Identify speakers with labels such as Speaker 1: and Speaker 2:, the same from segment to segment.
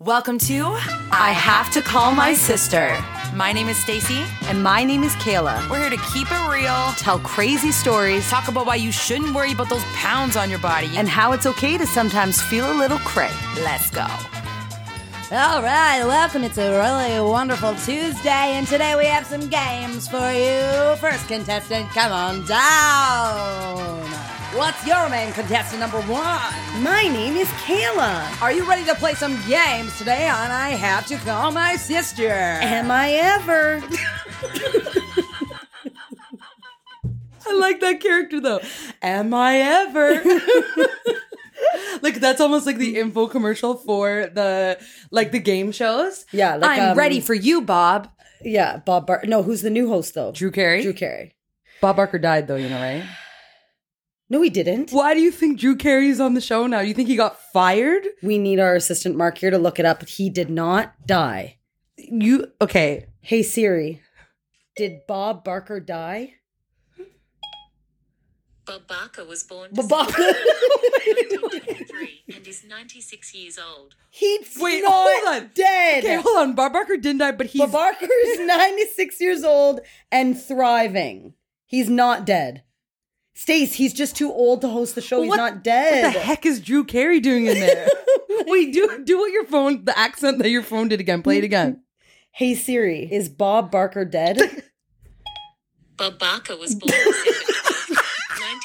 Speaker 1: Welcome to I Have to Call My Sister. My name is Stacy.
Speaker 2: And my name is Kayla.
Speaker 1: We're here to keep it real,
Speaker 2: Tell crazy stories
Speaker 1: talk about why you shouldn't worry about those pounds on your body.
Speaker 2: and how it's okay to sometimes feel a little cray.
Speaker 1: let's go.
Speaker 3: All right, welcome. It's a really wonderful Tuesday, and today we have some games for you. First contestant, come on down. What's your name, contestant number one?
Speaker 4: My name is Kayla.
Speaker 3: Are you ready to play some games today on I Have to Call My Sister?
Speaker 4: Am I ever?
Speaker 3: I like that character though. Am I ever? like that's almost like the info commercial for the like the game shows.
Speaker 4: Yeah, like,
Speaker 3: I'm
Speaker 4: um,
Speaker 3: ready for you, Bob.
Speaker 4: Yeah, Bob Barker. No, who's the new host though?
Speaker 3: Drew Carey.
Speaker 4: Drew Carey.
Speaker 3: Bob Barker died though, you know, right?
Speaker 4: No, he didn't.
Speaker 3: Why do you think Drew Carey's on the show now? You think he got fired?
Speaker 4: We need our assistant Mark here to look it up. He did not die.
Speaker 3: You okay?
Speaker 4: Hey Siri, did Bob Barker die?
Speaker 5: Babaka was born
Speaker 4: Bob-
Speaker 5: three and is 96 years old.
Speaker 4: He's
Speaker 3: Wait,
Speaker 4: not
Speaker 3: hold on.
Speaker 4: dead.
Speaker 3: Okay, hold on. Bob Barker didn't die, but he's
Speaker 4: Bob Barker's 96 years old and thriving. He's not dead. Stace, he's just too old to host the show.
Speaker 3: Well,
Speaker 4: he's
Speaker 3: what-
Speaker 4: not dead.
Speaker 3: What the heck is Drew Carey doing in there? Wait, do do what your phone the accent that your phone did again. Play it again.
Speaker 4: Hey Siri, is Bob Barker dead?
Speaker 5: Babaka was born December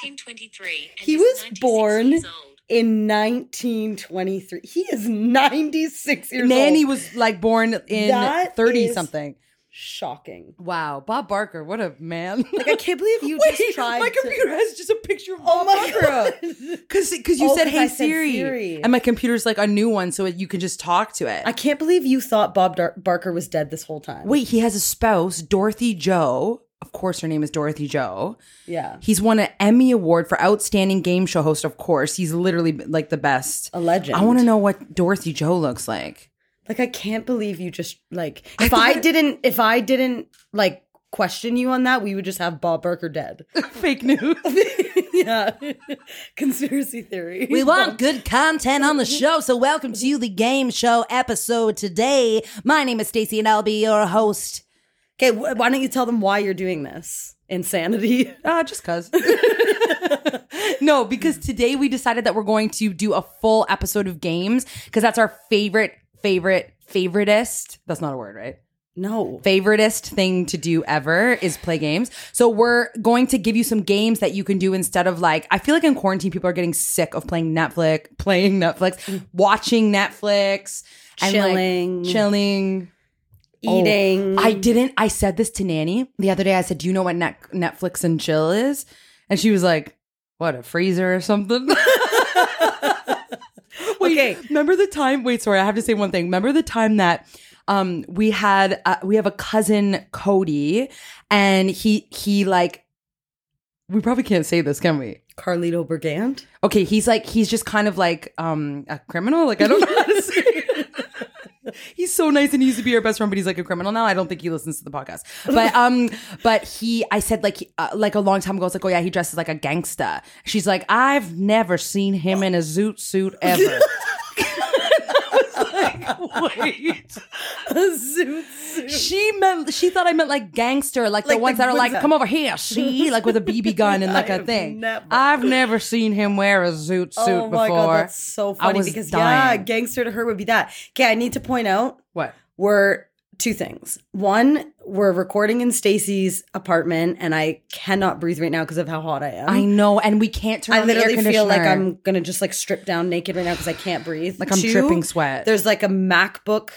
Speaker 5: 1923 and
Speaker 4: He
Speaker 5: is
Speaker 4: was
Speaker 5: 96
Speaker 4: born
Speaker 5: years old.
Speaker 4: in 1923. He is 96 years
Speaker 3: Nanny
Speaker 4: old.
Speaker 3: was like born in
Speaker 4: That
Speaker 3: thirty
Speaker 4: is-
Speaker 3: something.
Speaker 4: Shocking.
Speaker 3: Wow, Bob Barker, what a man!
Speaker 4: Like I can't believe you
Speaker 3: Wait,
Speaker 4: just tried.
Speaker 3: my
Speaker 4: to-
Speaker 3: computer has just a picture of Bob
Speaker 4: Oh my
Speaker 3: Barker.
Speaker 4: god.
Speaker 3: Because because you
Speaker 4: Oh,
Speaker 3: said
Speaker 4: 'cause
Speaker 3: hey
Speaker 4: I said
Speaker 3: Siri.
Speaker 4: Siri.
Speaker 3: and my computer's like a new one, so it, you can just talk to it.
Speaker 4: I can't believe you thought Bob Dar- Barker was dead this whole time.
Speaker 3: Wait, he has a spouse, Dorothy Joe. Of course, her name is Dorothy Joe.
Speaker 4: Yeah.
Speaker 3: He's won an Emmy Award for Outstanding Game Show Host. Of course, he's literally like the best.
Speaker 4: A legend.
Speaker 3: I want to know what Dorothy Joe looks like.
Speaker 4: Like I can't believe you just like
Speaker 3: I
Speaker 4: if I
Speaker 3: thought-
Speaker 4: didn't if I didn't like question you on that, we would just have Bob Barker dead.
Speaker 3: Fake news.
Speaker 4: yeah. Conspiracy theory.
Speaker 3: We
Speaker 4: want
Speaker 3: good content on the show, so welcome to the game show episode today. My name is Stacey, and I'll be your host.
Speaker 4: Okay, wh- why don't you tell them why you're doing this? Insanity.
Speaker 3: Uh, just cuz. no, because today we decided that we're going to do a full episode of games because that's our favorite, favorite, favoritist. That's not a word, right?
Speaker 4: No.
Speaker 3: Favoritist thing to do ever is play games. So we're going to give you some games that you can do instead of like I feel like in quarantine people are getting sick of playing Netflix, playing Netflix, watching Netflix, and like,
Speaker 4: Chilling. Mm.
Speaker 3: chilling. Oh,
Speaker 4: Eating.
Speaker 3: I didn't. I said this to Nanny the other day. I said, "Do you know what net- Netflix and chill is?" And she was like, "What a freezer or something." wait,
Speaker 4: Okay.
Speaker 3: Remember the time? Wait, sorry. I have to say one thing. Remember the time that um we had uh, we have a cousin Cody, and he he like we probably can't say this, can we?
Speaker 4: Carlito Brigand.
Speaker 3: Okay, he's like he's just kind of like um a criminal. Like I don't know how to say. It. he's so nice and he used to be our best friend, but he's like a criminal now. I don't think he listens to the podcast. But um, but he, I said like uh, like a long time ago, I was like, oh yeah, he dresses like a gangsta. She's like, I've never seen him in a zoot suit ever. Wait. She meant she thought I meant like gangster, like,
Speaker 4: Like
Speaker 3: the ones
Speaker 4: the
Speaker 3: that are like,
Speaker 4: ones
Speaker 3: come over here, see, like with a BB gun and like
Speaker 4: I
Speaker 3: a
Speaker 4: have
Speaker 3: thing.
Speaker 4: never-
Speaker 3: I've never seen him wear a zoot suit
Speaker 4: oh my
Speaker 3: before.
Speaker 4: god, that's so
Speaker 3: I
Speaker 4: funny
Speaker 3: was
Speaker 4: because yeah,
Speaker 3: dying.
Speaker 4: gangster to her would be that. Okay, I need to point out
Speaker 3: what?
Speaker 4: we're two things. One, we're recording in Stacy's apartment, and I cannot breathe right now because of how hot I am.
Speaker 3: I know, and we can't turn
Speaker 4: I
Speaker 3: on the air
Speaker 4: literally
Speaker 3: conditioner.
Speaker 4: feel like I'm gonna just like strip down naked right now because I can't breathe.
Speaker 3: Like I'm
Speaker 4: Two,
Speaker 3: dripping sweat.
Speaker 4: There's like a MacBook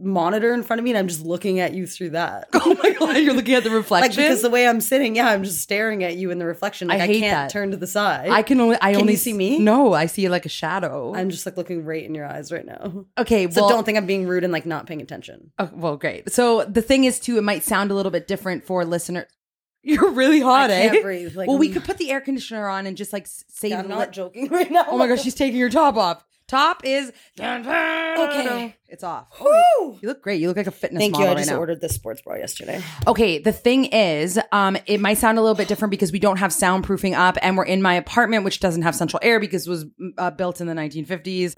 Speaker 4: monitor in front of me, and I'm just looking at you through that.
Speaker 3: oh my god, you're looking at the
Speaker 4: Like
Speaker 3: reflection.
Speaker 4: because the way I'm sitting, yeah, I'm just staring at you in the reflection. Like
Speaker 3: I
Speaker 4: I,
Speaker 3: hate
Speaker 4: can't
Speaker 3: that.
Speaker 4: turn to the side.
Speaker 3: I can only I
Speaker 4: Can
Speaker 3: only
Speaker 4: you see
Speaker 3: s-
Speaker 4: me?
Speaker 3: No, I see like a shadow.
Speaker 4: I'm just like looking right in your eyes right now.
Speaker 3: okay,
Speaker 4: So
Speaker 3: well,
Speaker 4: don't think I'm being rude and like not paying attention.
Speaker 3: Oh, well, great. So the thing is, too, it might sound a little bit different for listener. You're really hot,
Speaker 4: I can't
Speaker 3: eh?
Speaker 4: breathe, like,
Speaker 3: well, we
Speaker 4: mm.
Speaker 3: could put the air conditioner on and just like s- say,
Speaker 4: I'm
Speaker 3: the
Speaker 4: not
Speaker 3: li-
Speaker 4: joking right now.
Speaker 3: oh my gosh, she's taking her top off. Top is
Speaker 4: Okay.
Speaker 3: It's off.
Speaker 4: Woo!
Speaker 3: You look great. You look like a fitness
Speaker 4: Thank you.
Speaker 3: model
Speaker 4: I
Speaker 3: right
Speaker 4: just
Speaker 3: now.
Speaker 4: ordered this sports bra yesterday.
Speaker 3: Okay, the thing is, um, it might sound a little bit different because we don't have soundproofing up, and we're in my apartment, which doesn't have central air because it was uh, built in the 1950s.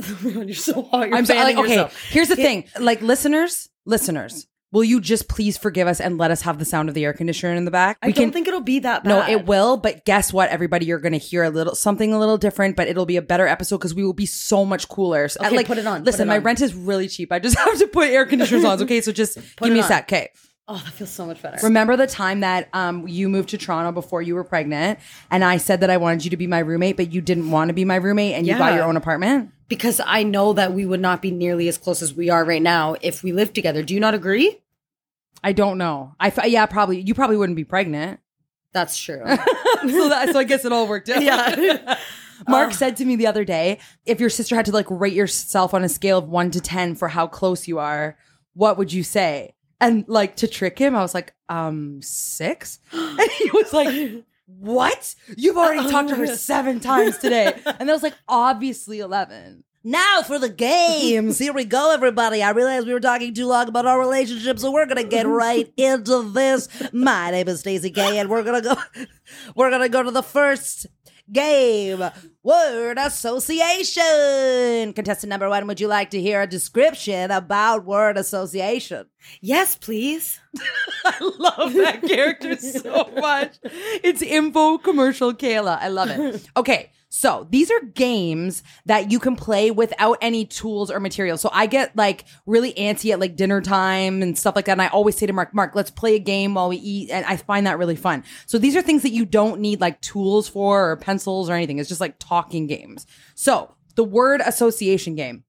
Speaker 4: You're so hot. You're
Speaker 3: I'm sorry.
Speaker 4: fanning
Speaker 3: Like, okay,
Speaker 4: yourself.
Speaker 3: here's the thing. Like, listeners, listeners, will you just please forgive us and let us have the sound of the air conditioner in the back?
Speaker 4: I don't think it'll be that bad.
Speaker 3: No, it will, but guess what, everybody? You're going to hear a little something a little different, but it'll be a better episode because we will be so much cooler. So,
Speaker 4: Okay,
Speaker 3: like,
Speaker 4: put it on, put
Speaker 3: Listen,
Speaker 4: it
Speaker 3: my
Speaker 4: on.
Speaker 3: rent is really cheap. I just have to put air conditioners on. Okay, so just give
Speaker 4: it
Speaker 3: me a
Speaker 4: on.
Speaker 3: sec. Okay.
Speaker 4: Oh, that feels so much better.
Speaker 3: Remember the time that um, you moved to Toronto before you were pregnant, and I said that I wanted you to be my roommate, but you didn't want to be my roommate, and you got
Speaker 4: Yeah.
Speaker 3: your own apartment.
Speaker 4: because I know that we would not be nearly as close as we are right now if we lived together. Do you not agree?
Speaker 3: I don't know. I f- yeah, probably you probably wouldn't be pregnant.
Speaker 4: That's true.
Speaker 3: so that so I guess it all worked out.
Speaker 4: yeah.
Speaker 3: Mark said to me the other day, if your sister had to like rate yourself on a scale of one to ten for how close you are, what would you say? And like to trick him, I was like, um, six? And he was like, What? You've already talked to her seven times today. And I was like, obviously eleven.
Speaker 6: Now for the games. Here we go, everybody. I realized we were talking too long about our relationship, so we're gonna get right into this. My name is Stacey Kay, and we're gonna go. We're gonna go to the first game. Word association. Contestant number one. Would you like to hear a description about word association?
Speaker 4: yes, please.
Speaker 3: love that character so much. It's info commercial Kayla. I love it. Okay. So these are games that you can play without any tools or materials. So I get like really antsy at like dinner time and stuff like that. And I always say to Mark, Mark, let's play a game while we eat. And I find that really fun. So these are things that you don't need like tools for or pencils or anything. It's just like talking games. So the word association game.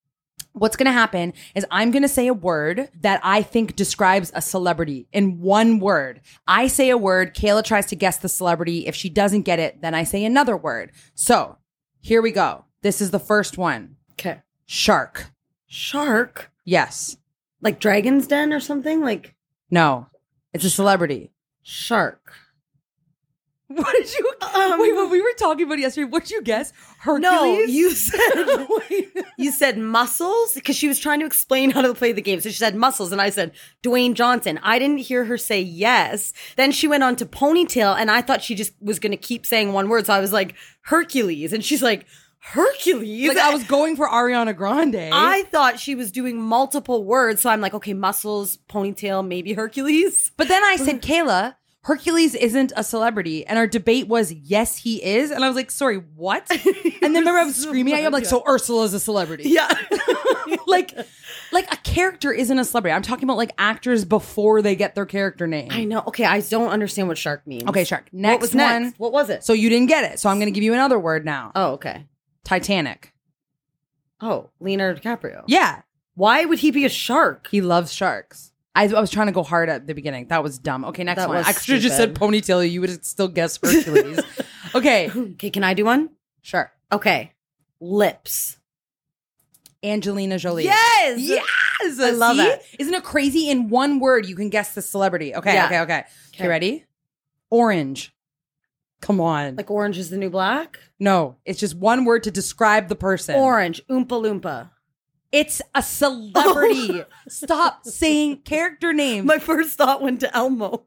Speaker 3: What's going to happen is I'm going to say a word that I think describes a celebrity in one word. I say a word, Kayla tries to guess the celebrity. If she doesn't get it, then I say another word. So here we go. This is the first one
Speaker 4: Okay.
Speaker 3: shark.
Speaker 4: Shark,
Speaker 3: Yes.
Speaker 4: like Dragon's Den or something, like
Speaker 3: No. It's a celebrity.
Speaker 4: shark.
Speaker 3: What did you?
Speaker 4: Um,
Speaker 3: wait, when we were talking about it yesterday, what did you guess? Hercules?
Speaker 4: you said you said muscles because she was trying to explain how to play the game. So she said muscles, and I said Dwayne Johnson. I didn't hear her say yes. Then she went on to ponytail, and I thought she just was going to keep saying one word. So I was like Hercules, and she's like Hercules.
Speaker 3: like I was going for Ariana Grande.
Speaker 4: I thought she was doing multiple words, so I'm like, okay, muscles, ponytail, maybe Hercules.
Speaker 3: But then I said, Kayla, Hercules isn't a celebrity. And our debate was, yes, he is. And I was like, sorry, what? And then remember I was screaming at you, I'm like, so Ursula's a celebrity.
Speaker 4: Yeah,
Speaker 3: like, like a character isn't a celebrity. I'm talking about like actors before they get their character name.
Speaker 4: I know. Okay, I don't understand what shark means.
Speaker 3: Okay, Shark. Next
Speaker 4: what was next?
Speaker 3: one.
Speaker 4: What was it?
Speaker 3: So you didn't get it. So I'm going to give you another word now.
Speaker 4: oh, okay.
Speaker 3: Titanic.
Speaker 4: Oh, Leonardo DiCaprio.
Speaker 3: Yeah.
Speaker 4: Why would he be a shark?
Speaker 3: He loves sharks. I, I was trying to go hard at the beginning. That was dumb. Okay, next
Speaker 4: That
Speaker 3: one.
Speaker 4: was
Speaker 3: I should have just said
Speaker 4: stupid.
Speaker 3: ponytail. You would have still guessed Hercules. okay,
Speaker 4: Okay, can I do one?
Speaker 3: sure.
Speaker 4: Okay. Lips.
Speaker 3: Angelina Jolie.
Speaker 4: Yes!
Speaker 3: Yes.
Speaker 4: I love
Speaker 3: See?
Speaker 4: it.
Speaker 3: Isn't it crazy? In one word, you can guess the celebrity. Okay.
Speaker 4: Yeah.
Speaker 3: Okay. Okay.
Speaker 4: Okay.
Speaker 3: You ready? Orange. Come on.
Speaker 4: Like orange is the new black?
Speaker 3: no, it's just one word to describe the person.
Speaker 4: Orange. Oompa Loompa.
Speaker 3: It's a celebrity. Stop saying character names.
Speaker 4: My first thought went to Elmo.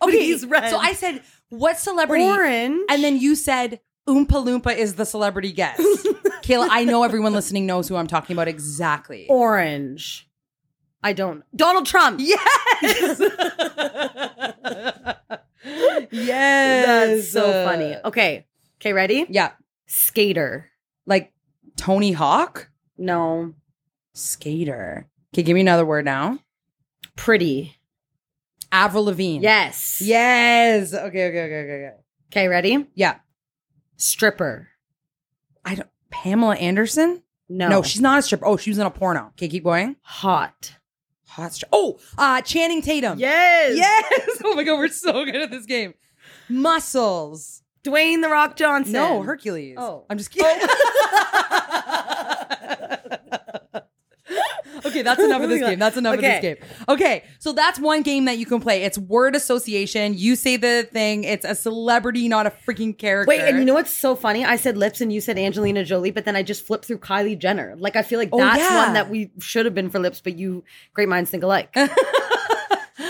Speaker 4: but he's red.
Speaker 3: So I said, what celebrity?
Speaker 4: Orange.
Speaker 3: And then you said, Oompa Loompa is the celebrity guest. Kayla, I know everyone listening knows who I'm talking about exactly.
Speaker 4: Oh, Orange. I don't. Donald Trump.
Speaker 3: Yes. yes. uh,
Speaker 4: That's so funny. Okay. Okay, ready?
Speaker 3: Yeah.
Speaker 4: Skater.
Speaker 3: Like Tony Hawk?
Speaker 4: No.
Speaker 3: Skater. Okay, give me another word now.
Speaker 4: Pretty.
Speaker 3: Avril Lavigne.
Speaker 4: Yes.
Speaker 3: Yes. Okay, okay, okay, okay, okay.
Speaker 4: Okay, ready?
Speaker 3: Yeah.
Speaker 4: Stripper.
Speaker 3: I don't Pamela Anderson?
Speaker 4: No.
Speaker 3: No, she's not a stripper. Oh, she was in a porno. Okay, keep going.
Speaker 4: hot.
Speaker 3: Hot stri- Oh, uh Channing Tatum.
Speaker 4: Yes.
Speaker 3: Yes. Oh my god, we're so good at this game. Muscles.
Speaker 4: Dwayne the Rock Johnson.
Speaker 3: No, Hercules.
Speaker 4: Oh.
Speaker 3: I'm just kidding. okay, that's enough of this game. That's enough of this
Speaker 4: Okay.
Speaker 3: game. Okay, so that's one game that you can play. It's word association. You say the thing. It's a celebrity, not a freaking character.
Speaker 4: Wait, and you know what's so funny? I said lips and you said Angelina Jolie, but then I just flipped through Kylie Jenner. Like I feel like
Speaker 3: Oh,
Speaker 4: that's
Speaker 3: yeah.
Speaker 4: one that we should have been for lips, but you great minds think alike.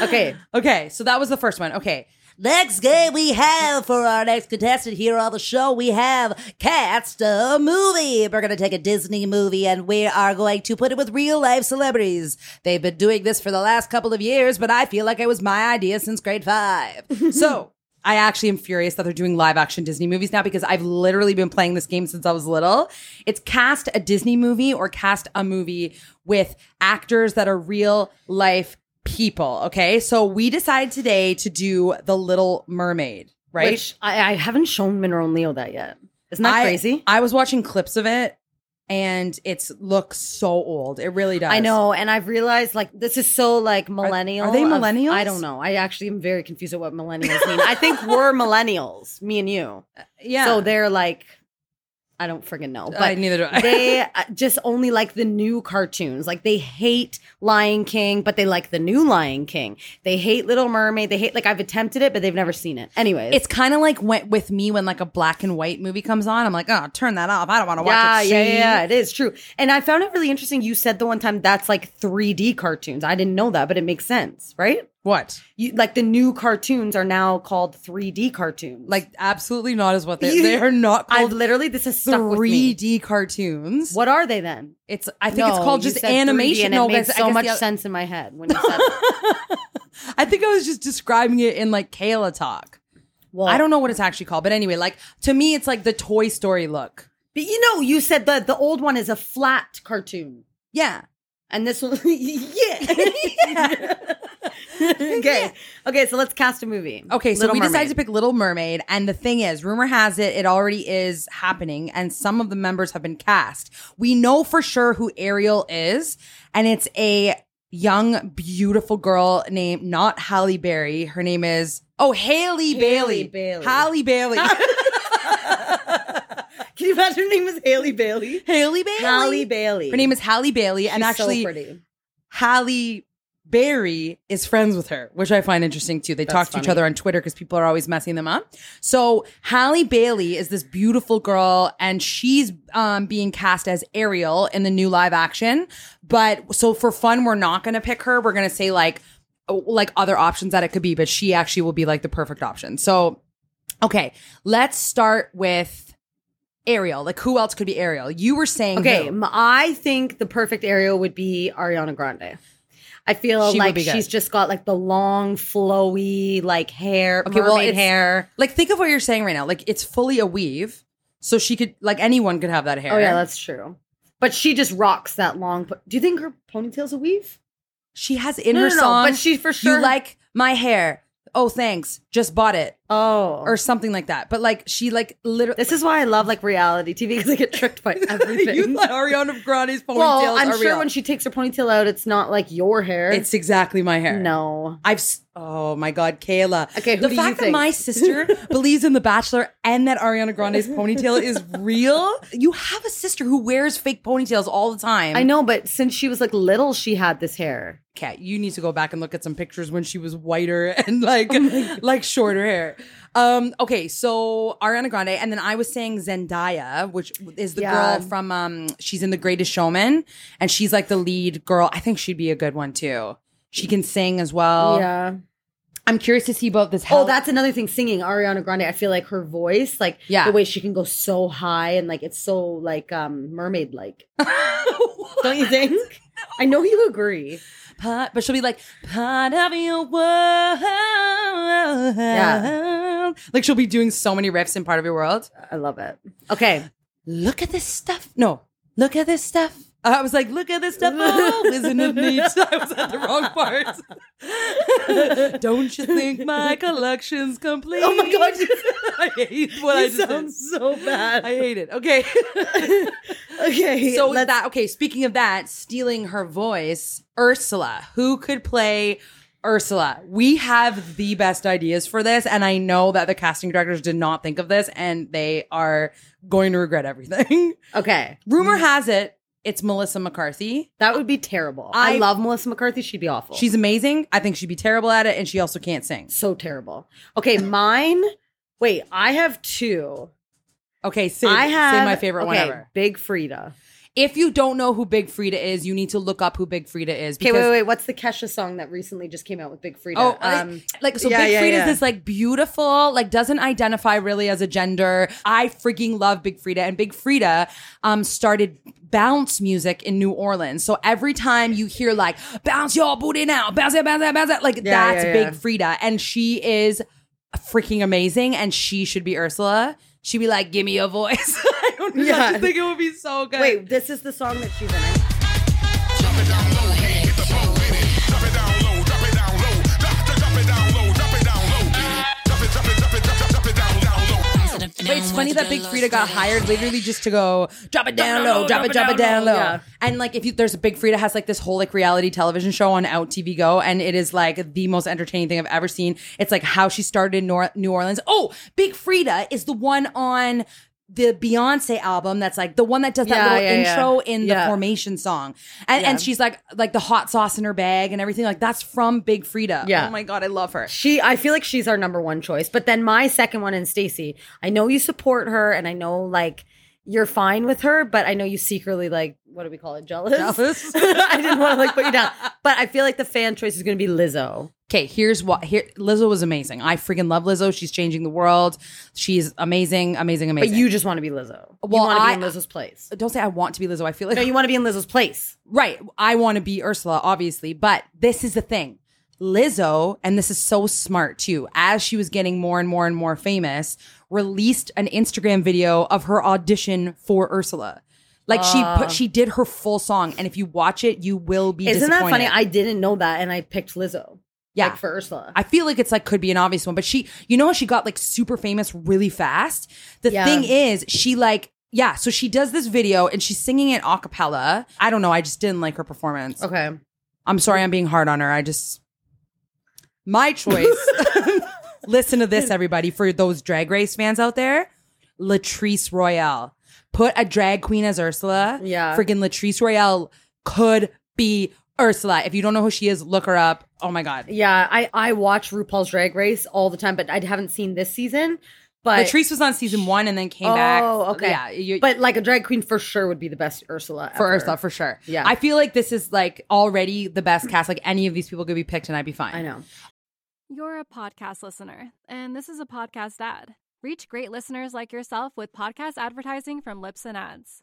Speaker 4: okay.
Speaker 3: Okay, so that was the first one. Okay.
Speaker 6: Next game we have for our next contestant here on the show, we have Cast a Movie. We're going to take a Disney movie and we are going to put it with real life celebrities. They've been doing this for the last couple of years, but I feel like it was my idea since grade five.
Speaker 3: So I actually am furious that they're doing live action Disney movies now because I've literally been playing this game since I was little. It's cast a Disney movie or cast a movie with actors that are real life people. Okay. So we decided today to do The Little Mermaid, right?
Speaker 4: Which I, I haven't shown Monroe and Leo that yet. Isn't that
Speaker 3: I,
Speaker 4: crazy?
Speaker 3: I was watching clips of it and it's looks so old. It really does.
Speaker 4: I know, and I've realized like this is so like millennial.
Speaker 3: are they
Speaker 4: of-
Speaker 3: millennials?
Speaker 4: I don't know. I actually am very confused at what millennials mean. I think we're millennials, me and you.
Speaker 3: Yeah.
Speaker 4: So they're like, I don't friggin' know. But
Speaker 3: I- neither do I.
Speaker 4: they uh, just only like the new cartoons. Like they hate Lion King, but they like the new Lion King. They hate Little Mermaid. They hate like I've attempted it, but they've never seen it. Anyways,
Speaker 3: it's kind of like went with me when like a black and white movie comes on. I'm like, oh, turn that off. I don't want to watch
Speaker 4: yeah,
Speaker 3: it.
Speaker 4: yeah,
Speaker 3: See?
Speaker 4: yeah. It is true, and I found it really interesting. You said the one time that's like 3D cartoons. I didn't know that, but it makes sense, right?
Speaker 3: What?
Speaker 4: You, like the new cartoons are now called 3D cartoons.
Speaker 3: Like absolutely not is what they
Speaker 4: You-
Speaker 3: they are not
Speaker 4: I've
Speaker 3: called
Speaker 4: literally this is stuck with
Speaker 3: three
Speaker 4: me.
Speaker 3: D cartoons.
Speaker 4: What are they then?
Speaker 3: It's I think it's
Speaker 4: No,
Speaker 3: called
Speaker 4: you
Speaker 3: just
Speaker 4: said 3D,
Speaker 3: animation.
Speaker 4: And it
Speaker 3: No,
Speaker 4: made
Speaker 3: guys, I
Speaker 4: so
Speaker 3: guess
Speaker 4: much
Speaker 3: the oth-
Speaker 4: sense in my head when you said. it.
Speaker 3: I think I was just describing it in like Kayla talk.
Speaker 4: Well,
Speaker 3: I don't know what it's actually called, but anyway, like to me, it's like the Toy Story look.
Speaker 4: But you know, you said the the old one is a flat cartoon,
Speaker 3: Yeah,
Speaker 4: and this one, yeah. okay, okay. So let's cast a movie.
Speaker 3: Okay, so
Speaker 4: Little
Speaker 3: we decided
Speaker 4: Mermaid.
Speaker 3: to pick Little Mermaid, and the thing is, rumor has it it already is happening, and some of the members have been cast. We know for sure who Ariel is, and it's a young, beautiful girl named not Halle Berry. Her name is oh Haley Bailey.
Speaker 4: Bailey.
Speaker 3: Halle Bailey.
Speaker 4: Can you imagine her name was Haley Bailey?
Speaker 3: Haley Bailey.
Speaker 4: Halle Bailey.
Speaker 3: Her name is Halle Bailey, and
Speaker 4: She's so
Speaker 3: actually,
Speaker 4: pretty.
Speaker 3: Halle Berry is friends with her, which I find interesting too. They talk to each other on Twitter because people are always messing them up. So Halle Bailey is this beautiful girl, and she's um, being cast as Ariel in the new live action. But so for fun, we're not going to pick her. We're going to say like oh, like other options that it could be, but she actually will be like the perfect option. So okay, let's start with Ariel. Like who else could be Ariel? You were saying
Speaker 4: Okay,
Speaker 3: who?
Speaker 4: m- I think the perfect area would be Ariana Grande. I feel
Speaker 3: She would
Speaker 4: like
Speaker 3: be good.
Speaker 4: she's just got like the long, flowy, like hair, okay, mermaid
Speaker 3: it's-
Speaker 4: hair.
Speaker 3: Like, think of what you're saying right now. Like, it's fully a weave, so she could, like, anyone could have that hair.
Speaker 4: Oh yeah, that's true. But she just rocks that long. po- Do you think her ponytail's a weave?
Speaker 3: she has in
Speaker 4: No,
Speaker 3: her
Speaker 4: no, no,
Speaker 3: song.
Speaker 4: but she for sure-
Speaker 3: You like my hair? Oh, thanks. Just bought it,
Speaker 4: Oh,
Speaker 3: or something like that. But like, she like literally.
Speaker 4: This is why I love like reality TV because I get tricked by everything.
Speaker 3: you thought Ariana Grande's ponytails
Speaker 4: well, I'm
Speaker 3: are
Speaker 4: sure
Speaker 3: real.
Speaker 4: when she takes her ponytail out, it's not like your hair.
Speaker 3: It's exactly my hair.
Speaker 4: no.
Speaker 3: I've s- oh my god, Kayla.
Speaker 4: Okay, who
Speaker 3: the
Speaker 4: do you
Speaker 3: fact that
Speaker 4: think?
Speaker 3: my sister believes in The Bachelor and that Ariana Grande's ponytail is real. You have a sister who wears fake ponytails all the time.
Speaker 4: I know, but since she was like little, she had this hair.
Speaker 3: Cat, you need to go back and look at some pictures when she was whiter and like
Speaker 4: Oh
Speaker 3: like shorter hair. Um, okay, so Ariana Grande, and then I was saying Zendaya, which is the
Speaker 4: Yeah.
Speaker 3: girl from um, she's in The Greatest Showman, and she's like the lead girl. I think she'd be a good one too. She can sing as well.
Speaker 4: yeah.
Speaker 3: I'm curious to see about this.
Speaker 4: Oh,
Speaker 3: Hel-
Speaker 4: that's another thing. Singing Ariana Grande, I feel like her voice, like
Speaker 3: Yeah.
Speaker 4: the way she can go so high and like it's so like um mermaid like. Don't you think? I know you agree.
Speaker 3: part, but she'll be like part of your world. Yeah, like she'll be doing so many riffs in part of your world.
Speaker 4: I love it. Okay.
Speaker 3: Look at this stuff. No, look at this stuff. I was like, look at this stuff. Oh, isn't it neat? I was at the wrong part. Don't you think my collection's complete?
Speaker 4: Oh my god, you,
Speaker 3: I hate what I
Speaker 4: you
Speaker 3: just did.
Speaker 4: sound so bad.
Speaker 3: I hate it. Okay.
Speaker 4: okay,
Speaker 3: so
Speaker 4: let's-
Speaker 3: that okay, speaking of that, stealing her voice, Ursula, who could play Ursula? We have the best ideas for this and I know that the casting directors did not think of this and they are going to regret everything.
Speaker 4: okay,
Speaker 3: Rumor has it it's Melissa McCarthy.
Speaker 4: that would be terrible. I,
Speaker 3: I-
Speaker 4: love Melissa McCarthy. She'd be awful.
Speaker 3: She's amazing. I think she'd be terrible at it and she also can't sing.
Speaker 4: so terrible. Okay, mine. Wait, I have two.
Speaker 3: Okay, say,
Speaker 4: I have
Speaker 3: say my favorite one
Speaker 4: okay,
Speaker 3: ever.
Speaker 4: Big Frida.
Speaker 3: If you don't know who Big Frida is, you need to look up who Big Frida is
Speaker 4: Okay,
Speaker 3: because
Speaker 4: wait, wait, wait. What's the Kesha song that recently just came out with Big Frida?
Speaker 3: Oh,
Speaker 4: um,
Speaker 3: I- like so.
Speaker 4: yeah,
Speaker 3: Big
Speaker 4: yeah,
Speaker 3: Frida
Speaker 4: yeah.
Speaker 3: is this like beautiful, like doesn't identify really as a gender. I freaking love Big Frida, and Big Frida um, started bounce music in New Orleans. So every time you hear like bounce your booty now, bounce it, bounce it, bounce it, like
Speaker 4: Yeah,
Speaker 3: that's
Speaker 4: yeah, yeah.
Speaker 3: Big Frida, and she is freaking amazing, and she should be Ursula. She'd be like, "Give me your voice." I don't know. I
Speaker 4: Yeah.
Speaker 3: just think it would be so good.
Speaker 4: wait, this is the song that she's in.
Speaker 3: But it's funny that Big Frida got hired literally just to go drop it down low, drop it, drop it down low.
Speaker 4: Yeah.
Speaker 3: And like if you there's a Big Frida has like this whole like reality television show on Out TV Go, and it is like the most entertaining thing I've ever seen. It's like how she started in Nor- New Orleans. Oh, Big Frida is the one on the Beyonce album that's like the one that does that
Speaker 4: Yeah,
Speaker 3: little
Speaker 4: yeah, yeah.
Speaker 3: intro in the
Speaker 4: Yeah.
Speaker 3: formation song. And and she's like like the hot sauce in her bag and everything. Like that's from Big Frida.
Speaker 4: Yeah.
Speaker 3: Oh my god, I love her.
Speaker 4: She, I feel like she's our number one choice. But then my second one is Stacy. I know you support her, and I know like you're fine with her, but I know you secretly like what do we call it, jealous?
Speaker 3: Jealous.
Speaker 4: I didn't want to like put you down, but I feel like the fan choice is going to be Lizzo.
Speaker 3: Okay, here's what here Lizzo was amazing. I freaking love Lizzo. She's changing the world. She's amazing, amazing,
Speaker 4: But
Speaker 3: amazing.
Speaker 4: you just want to be Lizzo.
Speaker 3: Well,
Speaker 4: you want to be
Speaker 3: I-
Speaker 4: in Lizzo's place.
Speaker 3: don't say I want to be Lizzo. I feel like
Speaker 4: No, you want to be in Lizzo's place.
Speaker 3: right. I want to be Ursula, obviously, but this is the thing. Lizzo, and this is so smart too, as she was getting more and more and more famous, released an Instagram video of her audition for Ursula. Like she put she did her full song. And if you watch it, you will be
Speaker 4: Isn't that funny?
Speaker 3: disappointed.
Speaker 4: I didn't know that, and I picked Lizzo.
Speaker 3: Yeah.
Speaker 4: like, for Ursula.
Speaker 3: I feel like it's like could be an obvious one, but she, you know, how she got like super famous really fast. The
Speaker 4: Yeah.
Speaker 3: thing is, she like, yeah, so she does this video and she's singing it a cappella. I don't know. I just didn't like her performance.
Speaker 4: okay.
Speaker 3: I'm sorry I'm being hard on her. I just, my choice. Listen to this, everybody, for those drag race fans out there Latrice Royale. Put a drag queen as Ursula.
Speaker 4: Yeah.
Speaker 3: Freaking Latrice Royale could be Ursula. If you don't know who she is, look her up. Oh my God.
Speaker 4: Yeah, I I watch RuPaul's Drag Race all the time, but I haven't seen this season. But
Speaker 3: Latrice was on season one and then came
Speaker 4: oh,
Speaker 3: back.
Speaker 4: okay.
Speaker 3: Yeah. You,
Speaker 4: but like a drag queen for sure would be the best Ursula
Speaker 3: for
Speaker 4: ever.
Speaker 3: Ursula, for sure.
Speaker 4: Yeah.
Speaker 3: I feel like this is like already the best cast. Like any of these people could be picked and I'd be fine.
Speaker 4: I know.
Speaker 7: You're a podcast listener, and this is a podcast ad. Reach great listeners like yourself with podcast advertising from Lips and Ads.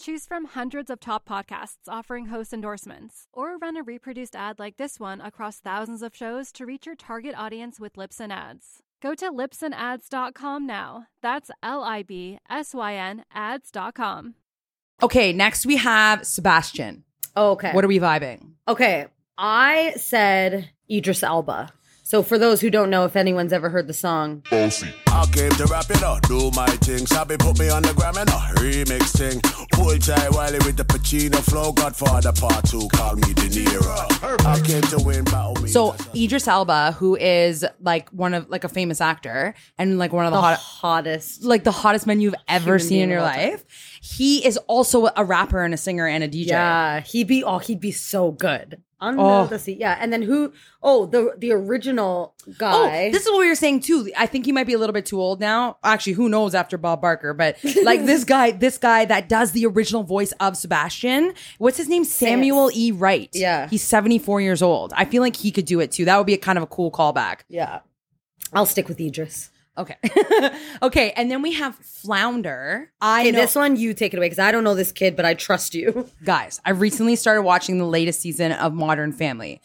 Speaker 7: Choose from hundreds of top podcasts offering host endorsements, or run a reproduced ad like this one across thousands of shows to reach your target audience with Lips and Ads. Go to lipsandads.com now. That's L I B S Y N ads.com.
Speaker 3: Okay. Next we have Sebastian.
Speaker 4: Oh, okay.
Speaker 3: What are we vibing?
Speaker 4: okay. I said Idris Elba. So for those who don't know, if anyone's ever heard the song,
Speaker 8: I came to rap it up, do my thing. Sabi put me on the gram and a remix thing. Full tie Wiley with the Pacino flow. Godfather part two, call me De Niro. I came to win battle me.
Speaker 3: So Idris Elba, who is like one of like a famous actor and like one of the,
Speaker 4: the
Speaker 3: hot,
Speaker 4: hottest.
Speaker 3: like the hottest men you've ever seen in
Speaker 4: being
Speaker 3: your
Speaker 4: of all time.
Speaker 3: life. He is also a rapper and a singer and a DJ.
Speaker 4: Yeah, he'd be oh, he'd be so good. Under the sea. Yeah, and then who? Oh, the the original
Speaker 3: Oh,
Speaker 4: guy.
Speaker 3: this is what we were saying too. I think he might be a little bit too old now. Actually, who knows after Bob Barker? But like this guy, this guy that does the original voice of Sebastian, what's his name? Samuel E. Wright.
Speaker 4: Yeah.
Speaker 3: he's seventy four years old. I feel like he could do it too. That would be a kind of a cool callback.
Speaker 4: yeah, I'll stick with Idris.
Speaker 3: Okay, okay, and then we have Flounder. I
Speaker 4: Okay,
Speaker 3: know-
Speaker 4: this one you take it away because I don't know this kid, but I trust you.
Speaker 3: Guys, I recently started watching the latest season of Modern Family.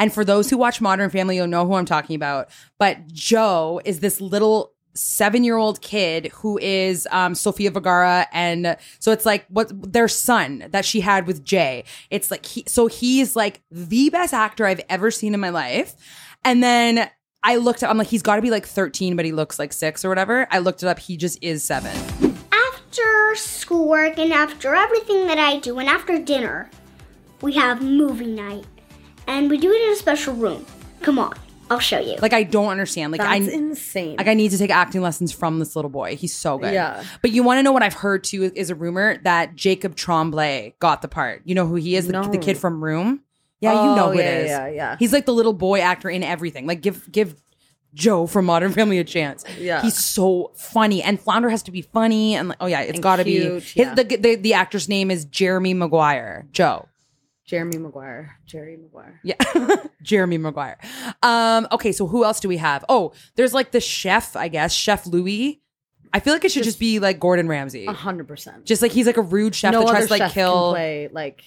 Speaker 3: And for those who watch Modern Family, you'll know who I'm talking about. But Joe is this little seven year old kid who is um, Sofia Vergara. And so it's like what their son that she had with Jay. It's like, he, so he's like the best actor I've ever seen in my life. And then I looked up, I'm like, he's got to be like 13, but he looks like six or whatever. I looked it up. He just is seven.
Speaker 9: after schoolwork and after everything that I do and after dinner, we have movie night. And we do it in a special room. Come on, I'll show you.
Speaker 3: Like, I don't understand. Like,
Speaker 4: That's
Speaker 3: I,
Speaker 4: insane.
Speaker 3: Like I need to take acting lessons from this little boy. He's so good.
Speaker 4: Yeah.
Speaker 3: But you want to know what I've heard too is a rumor that Jacob Tremblay got the part. You know who he is? The, the kid from Room. Yeah, you know
Speaker 4: Oh,
Speaker 3: who
Speaker 4: yeah,
Speaker 3: it is.
Speaker 4: yeah, yeah.
Speaker 3: He's like the little boy actor in everything. Like give give Joe from Modern Family a chance.
Speaker 4: Yeah.
Speaker 3: He's so funny. And Flounder has to be funny. And like, oh yeah, it's gotta
Speaker 4: cute,
Speaker 3: be his-
Speaker 4: yeah.
Speaker 3: the, the the actor's name is Jeremy Maguire. Joe.
Speaker 4: Jeremy Maguire. Jerry Maguire.
Speaker 3: Yeah. Jeremy Maguire. Um, okay, so who else do we have? Oh, there's like the chef, I guess, Chef Louis. I feel like it should just, be like Gordon Ramsay.
Speaker 4: A hundred percent.
Speaker 3: Just like he's like a rude chef that tries to like
Speaker 4: chef can
Speaker 3: kill.
Speaker 4: play like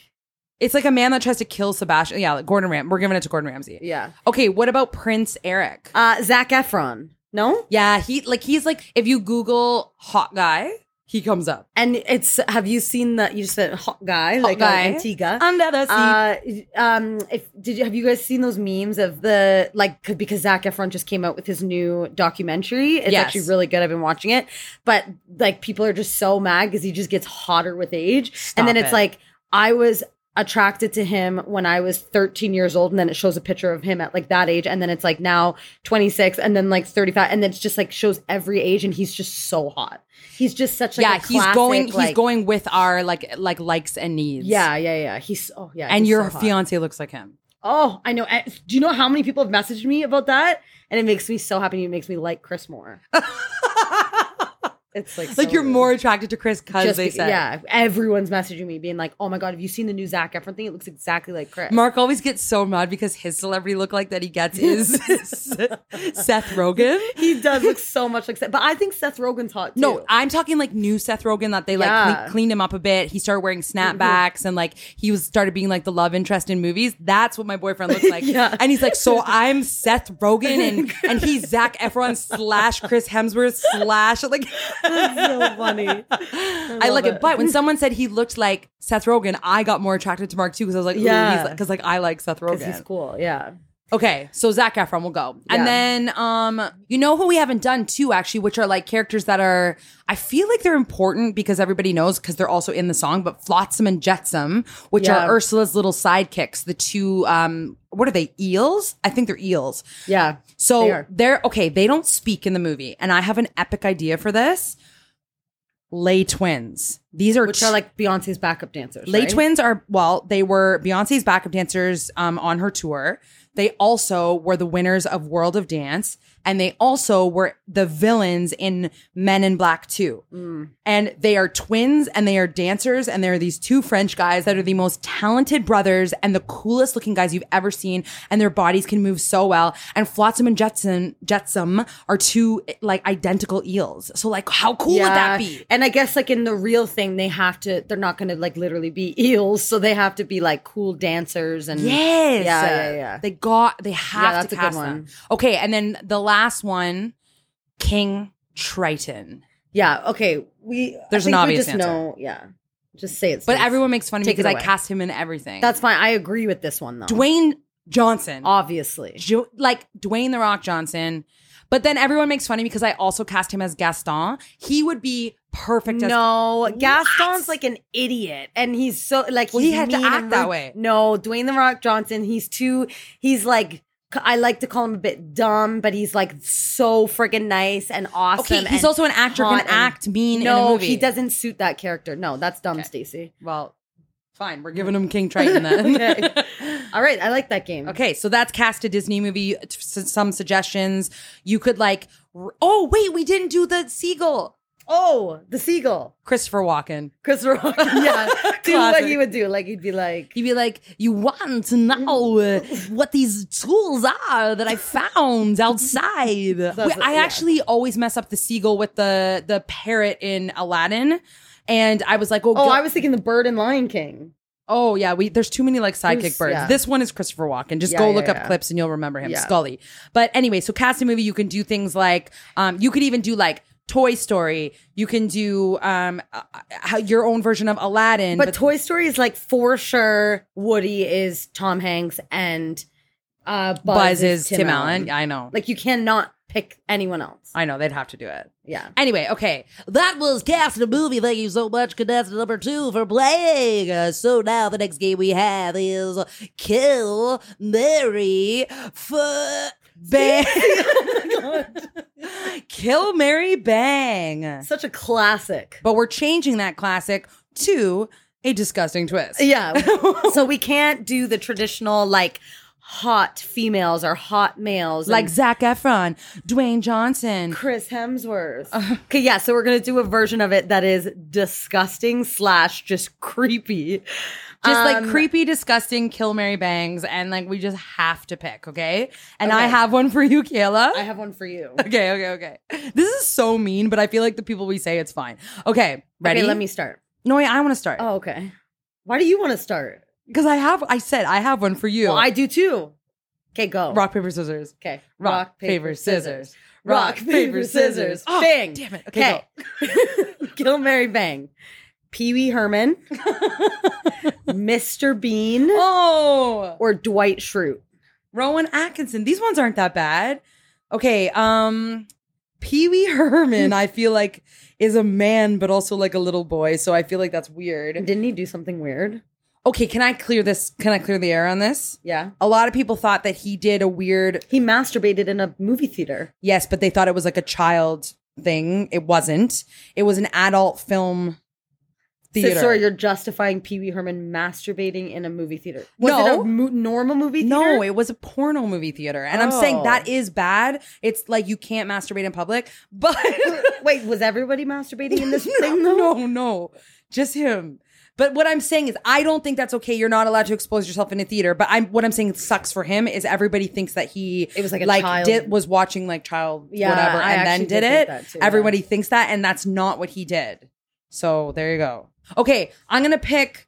Speaker 3: It's like a man that tries to kill Sebastian. Yeah, like Gordon Ram. We're giving it to Gordon Ramsay.
Speaker 4: yeah.
Speaker 3: Okay, what about Prince Eric?
Speaker 4: Uh, Zach Efron. No,
Speaker 3: yeah, he like he's like if you Google hot guy, he comes up.
Speaker 4: and it's have you seen the you said hot guy like
Speaker 3: guy.
Speaker 4: uh, Antigua
Speaker 3: Under the sea.
Speaker 4: Uh, um, if did you have you guys seen those memes of the like c- because Zach Efron just came out with his new documentary? It's
Speaker 3: Yes.
Speaker 4: actually really good. I've been watching it, but like people are just so mad because he just gets hotter with age, and then
Speaker 3: Stop
Speaker 4: it's
Speaker 3: it.
Speaker 4: like I was attracted to him when I was 13 years old and then it shows a picture of him at like that age and then it's like now 26 and then like 35 and then it's just like shows every age and he's just so hot. He's just such like
Speaker 3: yeah,
Speaker 4: a
Speaker 3: he's going.
Speaker 4: classic, like-
Speaker 3: he's going with our like like likes and needs.
Speaker 4: Yeah, yeah, yeah. He's oh yeah.
Speaker 3: and
Speaker 4: he's
Speaker 3: your
Speaker 4: so hot.
Speaker 3: fiance looks like him.
Speaker 4: Oh, I know. I- Do you know how many people have messaged me about that? And it makes me so happy. It makes me like Chris more. it's like
Speaker 3: Like
Speaker 4: so
Speaker 3: you're
Speaker 4: weird.
Speaker 3: more attracted to Chris because
Speaker 4: Just
Speaker 3: they
Speaker 4: be-
Speaker 3: said.
Speaker 4: yeah. Everyone's messaging me, being like, "Oh my god, have you seen the new Zac Efron thing? It looks exactly like Chris."
Speaker 3: Mark always gets so mad because his celebrity look like that he gets is Seth Rogen.
Speaker 4: he does look so much like Seth, but I think Seth Rogen's hot too.
Speaker 3: No, I'm talking like new Seth Rogen that they like
Speaker 4: Yeah. Mm-hmm.
Speaker 3: cle- cleaned him up a bit. He started wearing snapbacks and like he was started being like the love interest in movies. That's what my boyfriend looks like.
Speaker 4: Yeah.
Speaker 3: And he's like, so I'm Seth Rogen and and he's Zach Efron slash Chris Hemsworth slash like
Speaker 4: so funny.
Speaker 3: I like it.
Speaker 4: it.
Speaker 3: But when someone said he looked like Seth Rogen, I got more attracted to Mark too because I was like, yeah,
Speaker 4: Yeah.
Speaker 3: because like I like Seth Rogen.
Speaker 4: He's cool. Yeah.
Speaker 3: Okay, so Zach Efron will go.
Speaker 4: Yeah.
Speaker 3: And then um you know who we haven't done too actually, which are like characters that are I feel like they're important because everybody knows because they're also in the song, but Flotsam and Jetsam, which
Speaker 4: Yeah.
Speaker 3: are Ursula's little sidekicks, the two um what are they? Eels? I think they're eels.
Speaker 4: Yeah.
Speaker 3: So
Speaker 4: They
Speaker 3: they
Speaker 4: are.
Speaker 3: they're okay, they don't speak in the movie, and I have an epic idea for this. Lay twins. These are
Speaker 4: Which
Speaker 3: two-
Speaker 4: are like Beyonce's backup dancers.
Speaker 3: Lay
Speaker 4: right?
Speaker 3: Twins are well, they were Beyonce's backup dancers um, on her tour. They also were the winners of World of Dance, and they also were the villains in Men in Black 2.
Speaker 4: Mm.
Speaker 3: And they are twins and they are dancers, and they're these two French guys that are the most talented brothers and the coolest looking guys you've ever seen, and their bodies can move so well. And Flotsam and Jetsam Jetsam are two like identical eels. So like how cool would that be?
Speaker 4: And I guess like in the real thing, they have to. They're not going to like literally be eels, so they have to be like cool dancers and
Speaker 3: Yes.
Speaker 4: yeah, yeah, yeah.
Speaker 3: They got. They have
Speaker 4: that's
Speaker 3: to
Speaker 4: a good
Speaker 3: cast
Speaker 4: one.
Speaker 3: them. Okay, and then the last one, King Triton.
Speaker 4: yeah. Okay, we. I
Speaker 3: There's
Speaker 4: think
Speaker 3: an
Speaker 4: we
Speaker 3: obvious
Speaker 4: just
Speaker 3: answer.
Speaker 4: know. Yeah, just say it.
Speaker 3: But
Speaker 4: Stacey.
Speaker 3: everyone makes fun of
Speaker 4: Take
Speaker 3: me
Speaker 4: it
Speaker 3: because I
Speaker 4: away.
Speaker 3: cast him in everything.
Speaker 4: That's fine. I agree with this one though.
Speaker 3: Dwayne Johnson.
Speaker 4: obviously.
Speaker 3: Jo- like Dwayne the Rock Johnson. But then everyone makes fun of me because I also cast him as Gaston. He would be perfect as
Speaker 4: No, Gaston's like an idiot, and he's so like
Speaker 3: Well,
Speaker 4: he's
Speaker 3: he had to
Speaker 4: mean and
Speaker 3: act that
Speaker 4: rude.
Speaker 3: way.
Speaker 4: No, Dwayne the Rock Johnson, he's too. He's like I like to call him a bit dumb, but he's like so freaking nice and awesome.
Speaker 3: Okay, he's
Speaker 4: and
Speaker 3: also an actor, can
Speaker 4: hot and-
Speaker 3: act mean in a
Speaker 4: No,
Speaker 3: movie.
Speaker 4: he doesn't suit that character. No, that's dumb, Stacey.
Speaker 3: Well, fine, we're giving him King Triton then.
Speaker 4: Okay. All right, I like that game.
Speaker 3: Okay, so that's cast a Disney movie. uh, t- s- Some suggestions you could like. r- Oh wait, we didn't do the seagull.
Speaker 4: Oh, the seagull,
Speaker 3: Christopher Walken.
Speaker 4: Chris Rock. yeah, do what
Speaker 3: Classic.
Speaker 4: he would do. Like he'd be like,
Speaker 3: He'd be like, "You want to know uh, what these tools are that I found outside?" Wait, I
Speaker 4: yeah.
Speaker 3: actually always mess up the seagull with the the parrot in Aladdin, and I was like, "Oh,
Speaker 4: oh,
Speaker 3: go-
Speaker 4: I was thinking the bird in Lion King.
Speaker 3: Oh yeah, we there's too many like sidekick
Speaker 4: Who's-
Speaker 3: birds.
Speaker 4: yeah.
Speaker 3: This one is Christopher Walken. Just
Speaker 4: Yeah,
Speaker 3: go
Speaker 4: yeah,
Speaker 3: look up
Speaker 4: yeah.
Speaker 3: clips and you'll remember him,
Speaker 4: Yeah.
Speaker 3: Scully. But anyway, so cast a movie. You can do things like um, you could even do like Toy Story. You can do um, uh, uh, your own version of Aladdin.
Speaker 4: But, Toy Story is like for sure. Woody is Tom Hanks and uh, Buzz,
Speaker 3: Buzz is Tim, Allen. I know.
Speaker 4: Like you cannot pick anyone else.
Speaker 3: I know they'd have to do it.
Speaker 4: yeah.
Speaker 3: Anyway, okay.
Speaker 6: That was Cast in a Movie. Thank you so much, contestant number two, for playing. Uh, so now the next game we have is Kill Mary Fuck.
Speaker 3: Bang. Kill Mary Bang.
Speaker 4: Such a classic.
Speaker 3: But we're changing that classic to a disgusting twist.
Speaker 4: Yeah. so we can't do the traditional like hot females or hot males
Speaker 3: Like
Speaker 4: and
Speaker 3: Zach Efron, Dwayne Johnson,
Speaker 4: Chris Hemsworth. Okay, yeah, so we're gonna do a version of it that is disgusting slash just creepy.
Speaker 3: just like
Speaker 4: Um,
Speaker 3: creepy, disgusting kill Mary bangs, and like we just have to pick, okay? And I have one for you, Kayla.
Speaker 4: I have one for you.
Speaker 3: okay, okay, okay. This is so mean, but I feel like the people we say it's fine. Okay, ready?
Speaker 4: Okay, let me start.
Speaker 3: No, wait, I want to start
Speaker 4: Oh, okay. Why do you want to start?
Speaker 3: because I have. I said I have one for you.
Speaker 4: Well, I do too. Okay, go.
Speaker 3: rock paper scissors.
Speaker 4: Okay.
Speaker 3: Rock, paper, scissors. Rock, paper, scissors. Oh,
Speaker 4: Bang.
Speaker 3: damn it. Okay,
Speaker 4: Okay. Kill Mary Bang. Pee Wee Herman. Mr. Bean.
Speaker 3: Oh,
Speaker 4: Or Dwight Schrute.
Speaker 3: Rowan Atkinson. These ones aren't that bad. Okay, um, Pee Wee Herman. I feel like is a man, but also like a little boy. So I feel like that's weird.
Speaker 4: Didn't he do something weird?
Speaker 3: Okay, can I clear this? Can I clear the air on this?
Speaker 4: Yeah.
Speaker 3: A lot of people thought that he did a weird
Speaker 4: He masturbated in a movie theater.
Speaker 3: yes, but they thought it was like a child thing. It wasn't. It was an adult film
Speaker 4: So,
Speaker 3: theater.
Speaker 4: sorry, you're justifying Pee Wee Herman masturbating in a movie theater. Was it
Speaker 3: No.
Speaker 4: a mo- normal movie theater?
Speaker 3: no, it was a porno movie theater. And I'm saying that
Speaker 4: Oh.
Speaker 3: is bad. It's like you can't masturbate in public, but
Speaker 4: Wait, was everybody masturbating in this thing though?
Speaker 3: no, no, just him. But what I'm saying is, I don't think that's okay. You're not allowed to expose yourself in a theater. But I'm what I'm saying sucks for him is everybody thinks that he
Speaker 4: It was like a child.
Speaker 3: did, was watching like child
Speaker 4: Yeah,
Speaker 3: whatever
Speaker 4: I
Speaker 3: and then
Speaker 4: actually
Speaker 3: did,
Speaker 4: did think
Speaker 3: it.
Speaker 4: that too,
Speaker 3: everybody thinks that, and that's not what he did. So there you go. Okay, I'm gonna pick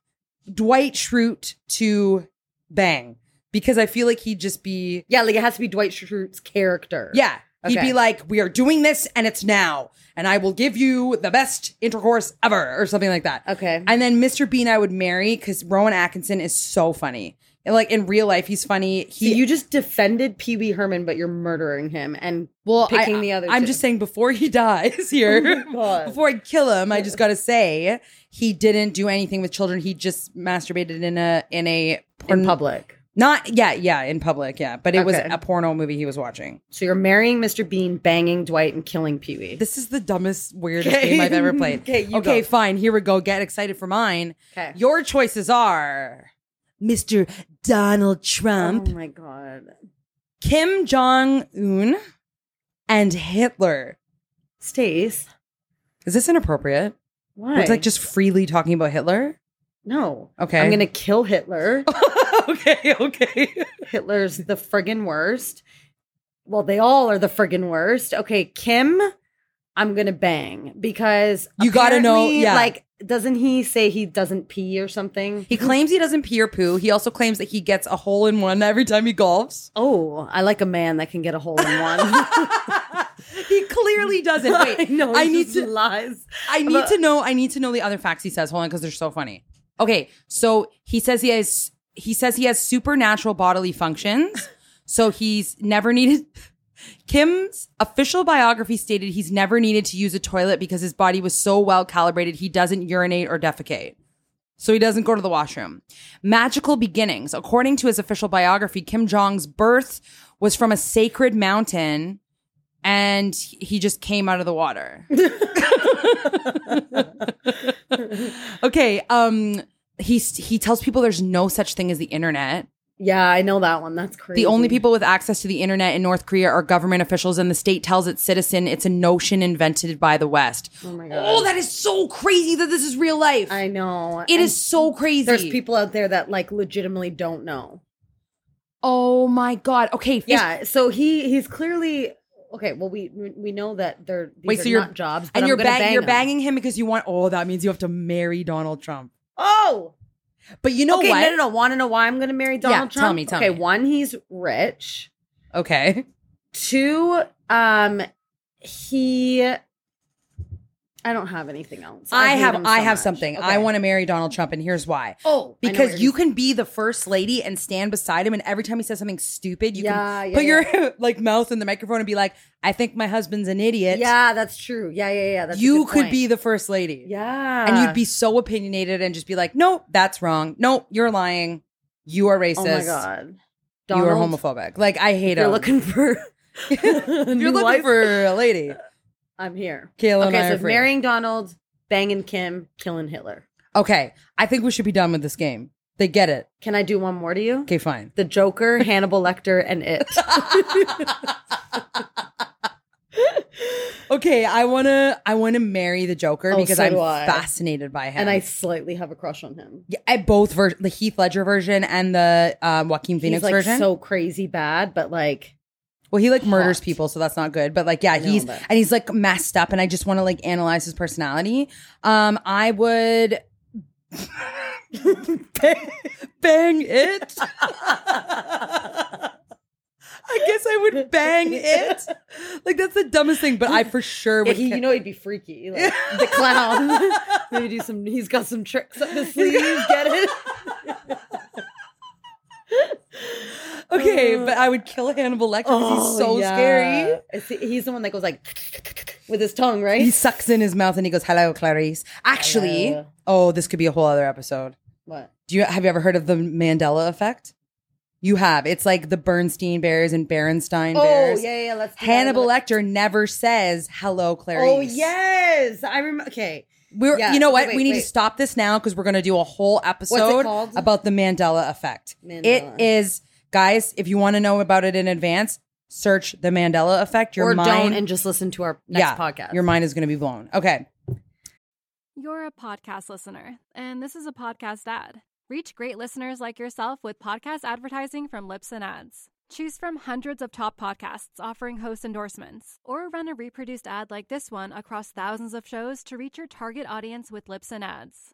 Speaker 3: Dwight Schrute to bang because I feel like he'd just be
Speaker 4: Yeah, like it has to be Dwight Schrute's character.
Speaker 3: yeah. He'd
Speaker 4: Okay.
Speaker 3: be like, "We are doing this, and it's now, and I will give you the best intercourse ever," or something like that.
Speaker 4: Okay.
Speaker 3: And then Mr. Bean, I would marry because Rowan Atkinson is so funny. And, Like in real life, he's funny. He
Speaker 4: So you just defended Pee Wee Herman, but you're murdering him and
Speaker 3: well,
Speaker 4: picking
Speaker 3: I,
Speaker 4: the other.
Speaker 3: I'm
Speaker 4: two. Oh
Speaker 3: just saying, before he dies here,
Speaker 4: my God.
Speaker 3: before I kill him, I just gotta say he didn't do anything with children. He just masturbated in a in a
Speaker 4: in
Speaker 3: porn-
Speaker 4: public.
Speaker 3: Not yeah, yeah, in public, yeah. But it was
Speaker 4: Okay.
Speaker 3: a porno movie he was watching.
Speaker 4: So you're marrying Mr. Bean, banging Dwight, and killing Pee Wee.
Speaker 3: This is the dumbest, weirdest
Speaker 4: Okay.
Speaker 3: game I've ever played.
Speaker 4: Okay, you go.
Speaker 3: fine. Here we go. Get excited for mine.
Speaker 4: 'Kay.
Speaker 3: Your choices are
Speaker 6: Mr. Donald
Speaker 4: Oh
Speaker 6: Trump.
Speaker 4: my god!
Speaker 3: Kim Jong Un and Hitler.
Speaker 4: Stace,
Speaker 3: Is this inappropriate?
Speaker 4: why?
Speaker 3: We're like just freely talking about Hitler.
Speaker 4: no.
Speaker 3: Okay.
Speaker 4: I'm gonna kill Hitler.
Speaker 3: okay, okay.
Speaker 4: Hitler's the friggin' worst. Well, they all are the friggin' worst. Okay, Kim, I'm gonna bang because
Speaker 3: You gotta know-
Speaker 4: apparently,
Speaker 3: yeah.
Speaker 4: Like, doesn't he say he doesn't pee or something?
Speaker 3: He claims he doesn't pee or poo. He also claims that he gets a hole in one every time he golfs.
Speaker 4: Oh, I like a man that can get a hole in one.
Speaker 3: He clearly doesn't. Wait,
Speaker 4: no,
Speaker 3: I need to
Speaker 4: lies.
Speaker 3: I need to know. I need to know the other facts he says. Hold on, because they're so funny. Okay, so he says he has he says he has supernatural bodily functions, so he's never needed. Kim's official biography stated he's never needed to use a toilet because his body was so well calibrated he doesn't urinate or defecate. So he doesn't go to the washroom. Magical beginnings. According to his official biography, Kim Jong's birth was from a sacred mountain and he just came out of the water. okay, um he he tells people there's no such thing as the internet.
Speaker 4: Yeah, I know that one. That's crazy.
Speaker 3: The only people with access to the internet in North Korea are government officials, and the state tells its citizen it's a notion invented by the West. Oh my god! Oh, that is so crazy that this is real life.
Speaker 4: I know.
Speaker 3: It is
Speaker 4: And
Speaker 3: so crazy.
Speaker 4: There's people out there that like legitimately don't know.
Speaker 3: Oh my god. Okay. first-
Speaker 4: Yeah. So he he's clearly okay. Well, we we know that they're these
Speaker 3: Wait.
Speaker 4: are
Speaker 3: So you're
Speaker 4: not jobs, but
Speaker 3: and
Speaker 4: I'm
Speaker 3: you're
Speaker 4: gonna
Speaker 3: bang,
Speaker 4: bang
Speaker 3: you're
Speaker 4: them.
Speaker 3: banging him because you want. Oh, that means you have to marry Donald Trump.
Speaker 4: Oh,
Speaker 3: But you know
Speaker 4: okay.
Speaker 3: what?
Speaker 4: No, no, no. Want to know why I'm going to marry Donald
Speaker 3: Yeah,
Speaker 4: Trump?
Speaker 3: tell me, tell
Speaker 4: okay,
Speaker 3: me.
Speaker 4: one, he's rich.
Speaker 3: Okay.
Speaker 4: Two, um, he. I don't have anything else.
Speaker 3: I
Speaker 4: hate
Speaker 3: have
Speaker 4: him so
Speaker 3: I have
Speaker 4: much.
Speaker 3: something.
Speaker 4: Okay.
Speaker 3: I want to marry Donald Trump, and here's why.
Speaker 4: Oh, I know what
Speaker 3: because
Speaker 4: you're
Speaker 3: you
Speaker 4: gonna
Speaker 3: can be the first lady and stand beside him, and every time he says something stupid, you
Speaker 4: Yeah,
Speaker 3: can
Speaker 4: yeah,
Speaker 3: put your like mouth in the microphone and be like, "I think my husband's an idiot."
Speaker 4: Yeah, that's true. Yeah, yeah, yeah. That's a
Speaker 3: you
Speaker 4: good
Speaker 3: could
Speaker 4: point.
Speaker 3: be the first lady.
Speaker 4: Yeah,
Speaker 3: and you'd be so opinionated and just be like, "No, that's wrong. No, you're lying. You are racist.
Speaker 4: Oh my god,
Speaker 3: You are
Speaker 4: Donald,
Speaker 3: homophobic." Like I hate
Speaker 4: You're
Speaker 3: him.
Speaker 4: looking for. you're
Speaker 3: You're looking for a lady.
Speaker 4: I'm here.
Speaker 3: Kayla and I
Speaker 4: okay,
Speaker 3: are
Speaker 4: so
Speaker 3: free.
Speaker 4: marrying Donald, banging Kim, killing Hitler.
Speaker 3: Okay, I think we should be done with this game. They get it.
Speaker 4: Can I do one more to you?
Speaker 3: Okay, fine.
Speaker 4: The Joker, Hannibal Lecter, and it.
Speaker 3: Okay, I wanna I wanna marry the Joker
Speaker 4: Oh,
Speaker 3: because
Speaker 4: so
Speaker 3: I'm
Speaker 4: do I.
Speaker 3: fascinated by him.
Speaker 4: and I slightly have a crush on him.
Speaker 3: Yeah, I- both ver- the Heath Ledger version and the um, Joaquin Phoenix
Speaker 4: he's like
Speaker 3: version.
Speaker 4: so crazy bad, but like
Speaker 3: well, he like murders
Speaker 4: hot.
Speaker 3: people, so that's not good. But like, yeah,
Speaker 4: know,
Speaker 3: he's
Speaker 4: but-
Speaker 3: and he's like messed up, and I just want to like analyze his personality. Um, I would bang, bang it. I guess I would bang it. Like that's the dumbest thing, but I for sure
Speaker 4: Yeah,
Speaker 3: would.
Speaker 4: he,
Speaker 3: ca-
Speaker 4: you know he'd be freaky, like the clown. Maybe do some. He's got some tricks up his sleeve. Get it?
Speaker 3: okay, but I would kill Hannibal Lecter. 'cause he's so
Speaker 4: Oh, yeah.
Speaker 3: scary.
Speaker 4: It's- he's the one that goes like with his tongue, right?
Speaker 3: He sucks in his mouth and he goes, "Hello, Clarice." Actually,
Speaker 4: Hello.
Speaker 3: oh, this could be a whole other episode.
Speaker 4: what?
Speaker 3: Do you have you ever heard of the Mandela effect? You have. It's like the Bernstein Bears and Berenstein
Speaker 4: Oh
Speaker 3: Bears.
Speaker 4: yeah, yeah. Let's do that.
Speaker 3: Hannibal Lecter never says "Hello, Clarice."
Speaker 4: Oh yes, I remember. Okay,
Speaker 3: We're,
Speaker 4: Yeah.
Speaker 3: You know what?
Speaker 4: Wait,
Speaker 3: we need
Speaker 4: wait.
Speaker 3: to stop this now because we're going to do a whole episode
Speaker 4: called?
Speaker 3: about the Mandela effect.
Speaker 4: Mandela.
Speaker 3: It is, guys. If you want to know about it in advance, search the Mandela effect. Your
Speaker 4: or
Speaker 3: mind,
Speaker 4: don't and just listen to our next podcast.
Speaker 3: Your mind is going to be blown. Okay.
Speaker 7: You're a podcast listener, and this is a podcast ad. Reach great listeners like yourself with podcast advertising from Lips and Ads. Choose from hundreds of top podcasts offering host endorsements, or run a reproduced ad like this one across thousands of shows to reach your target audience with Lips and Ads.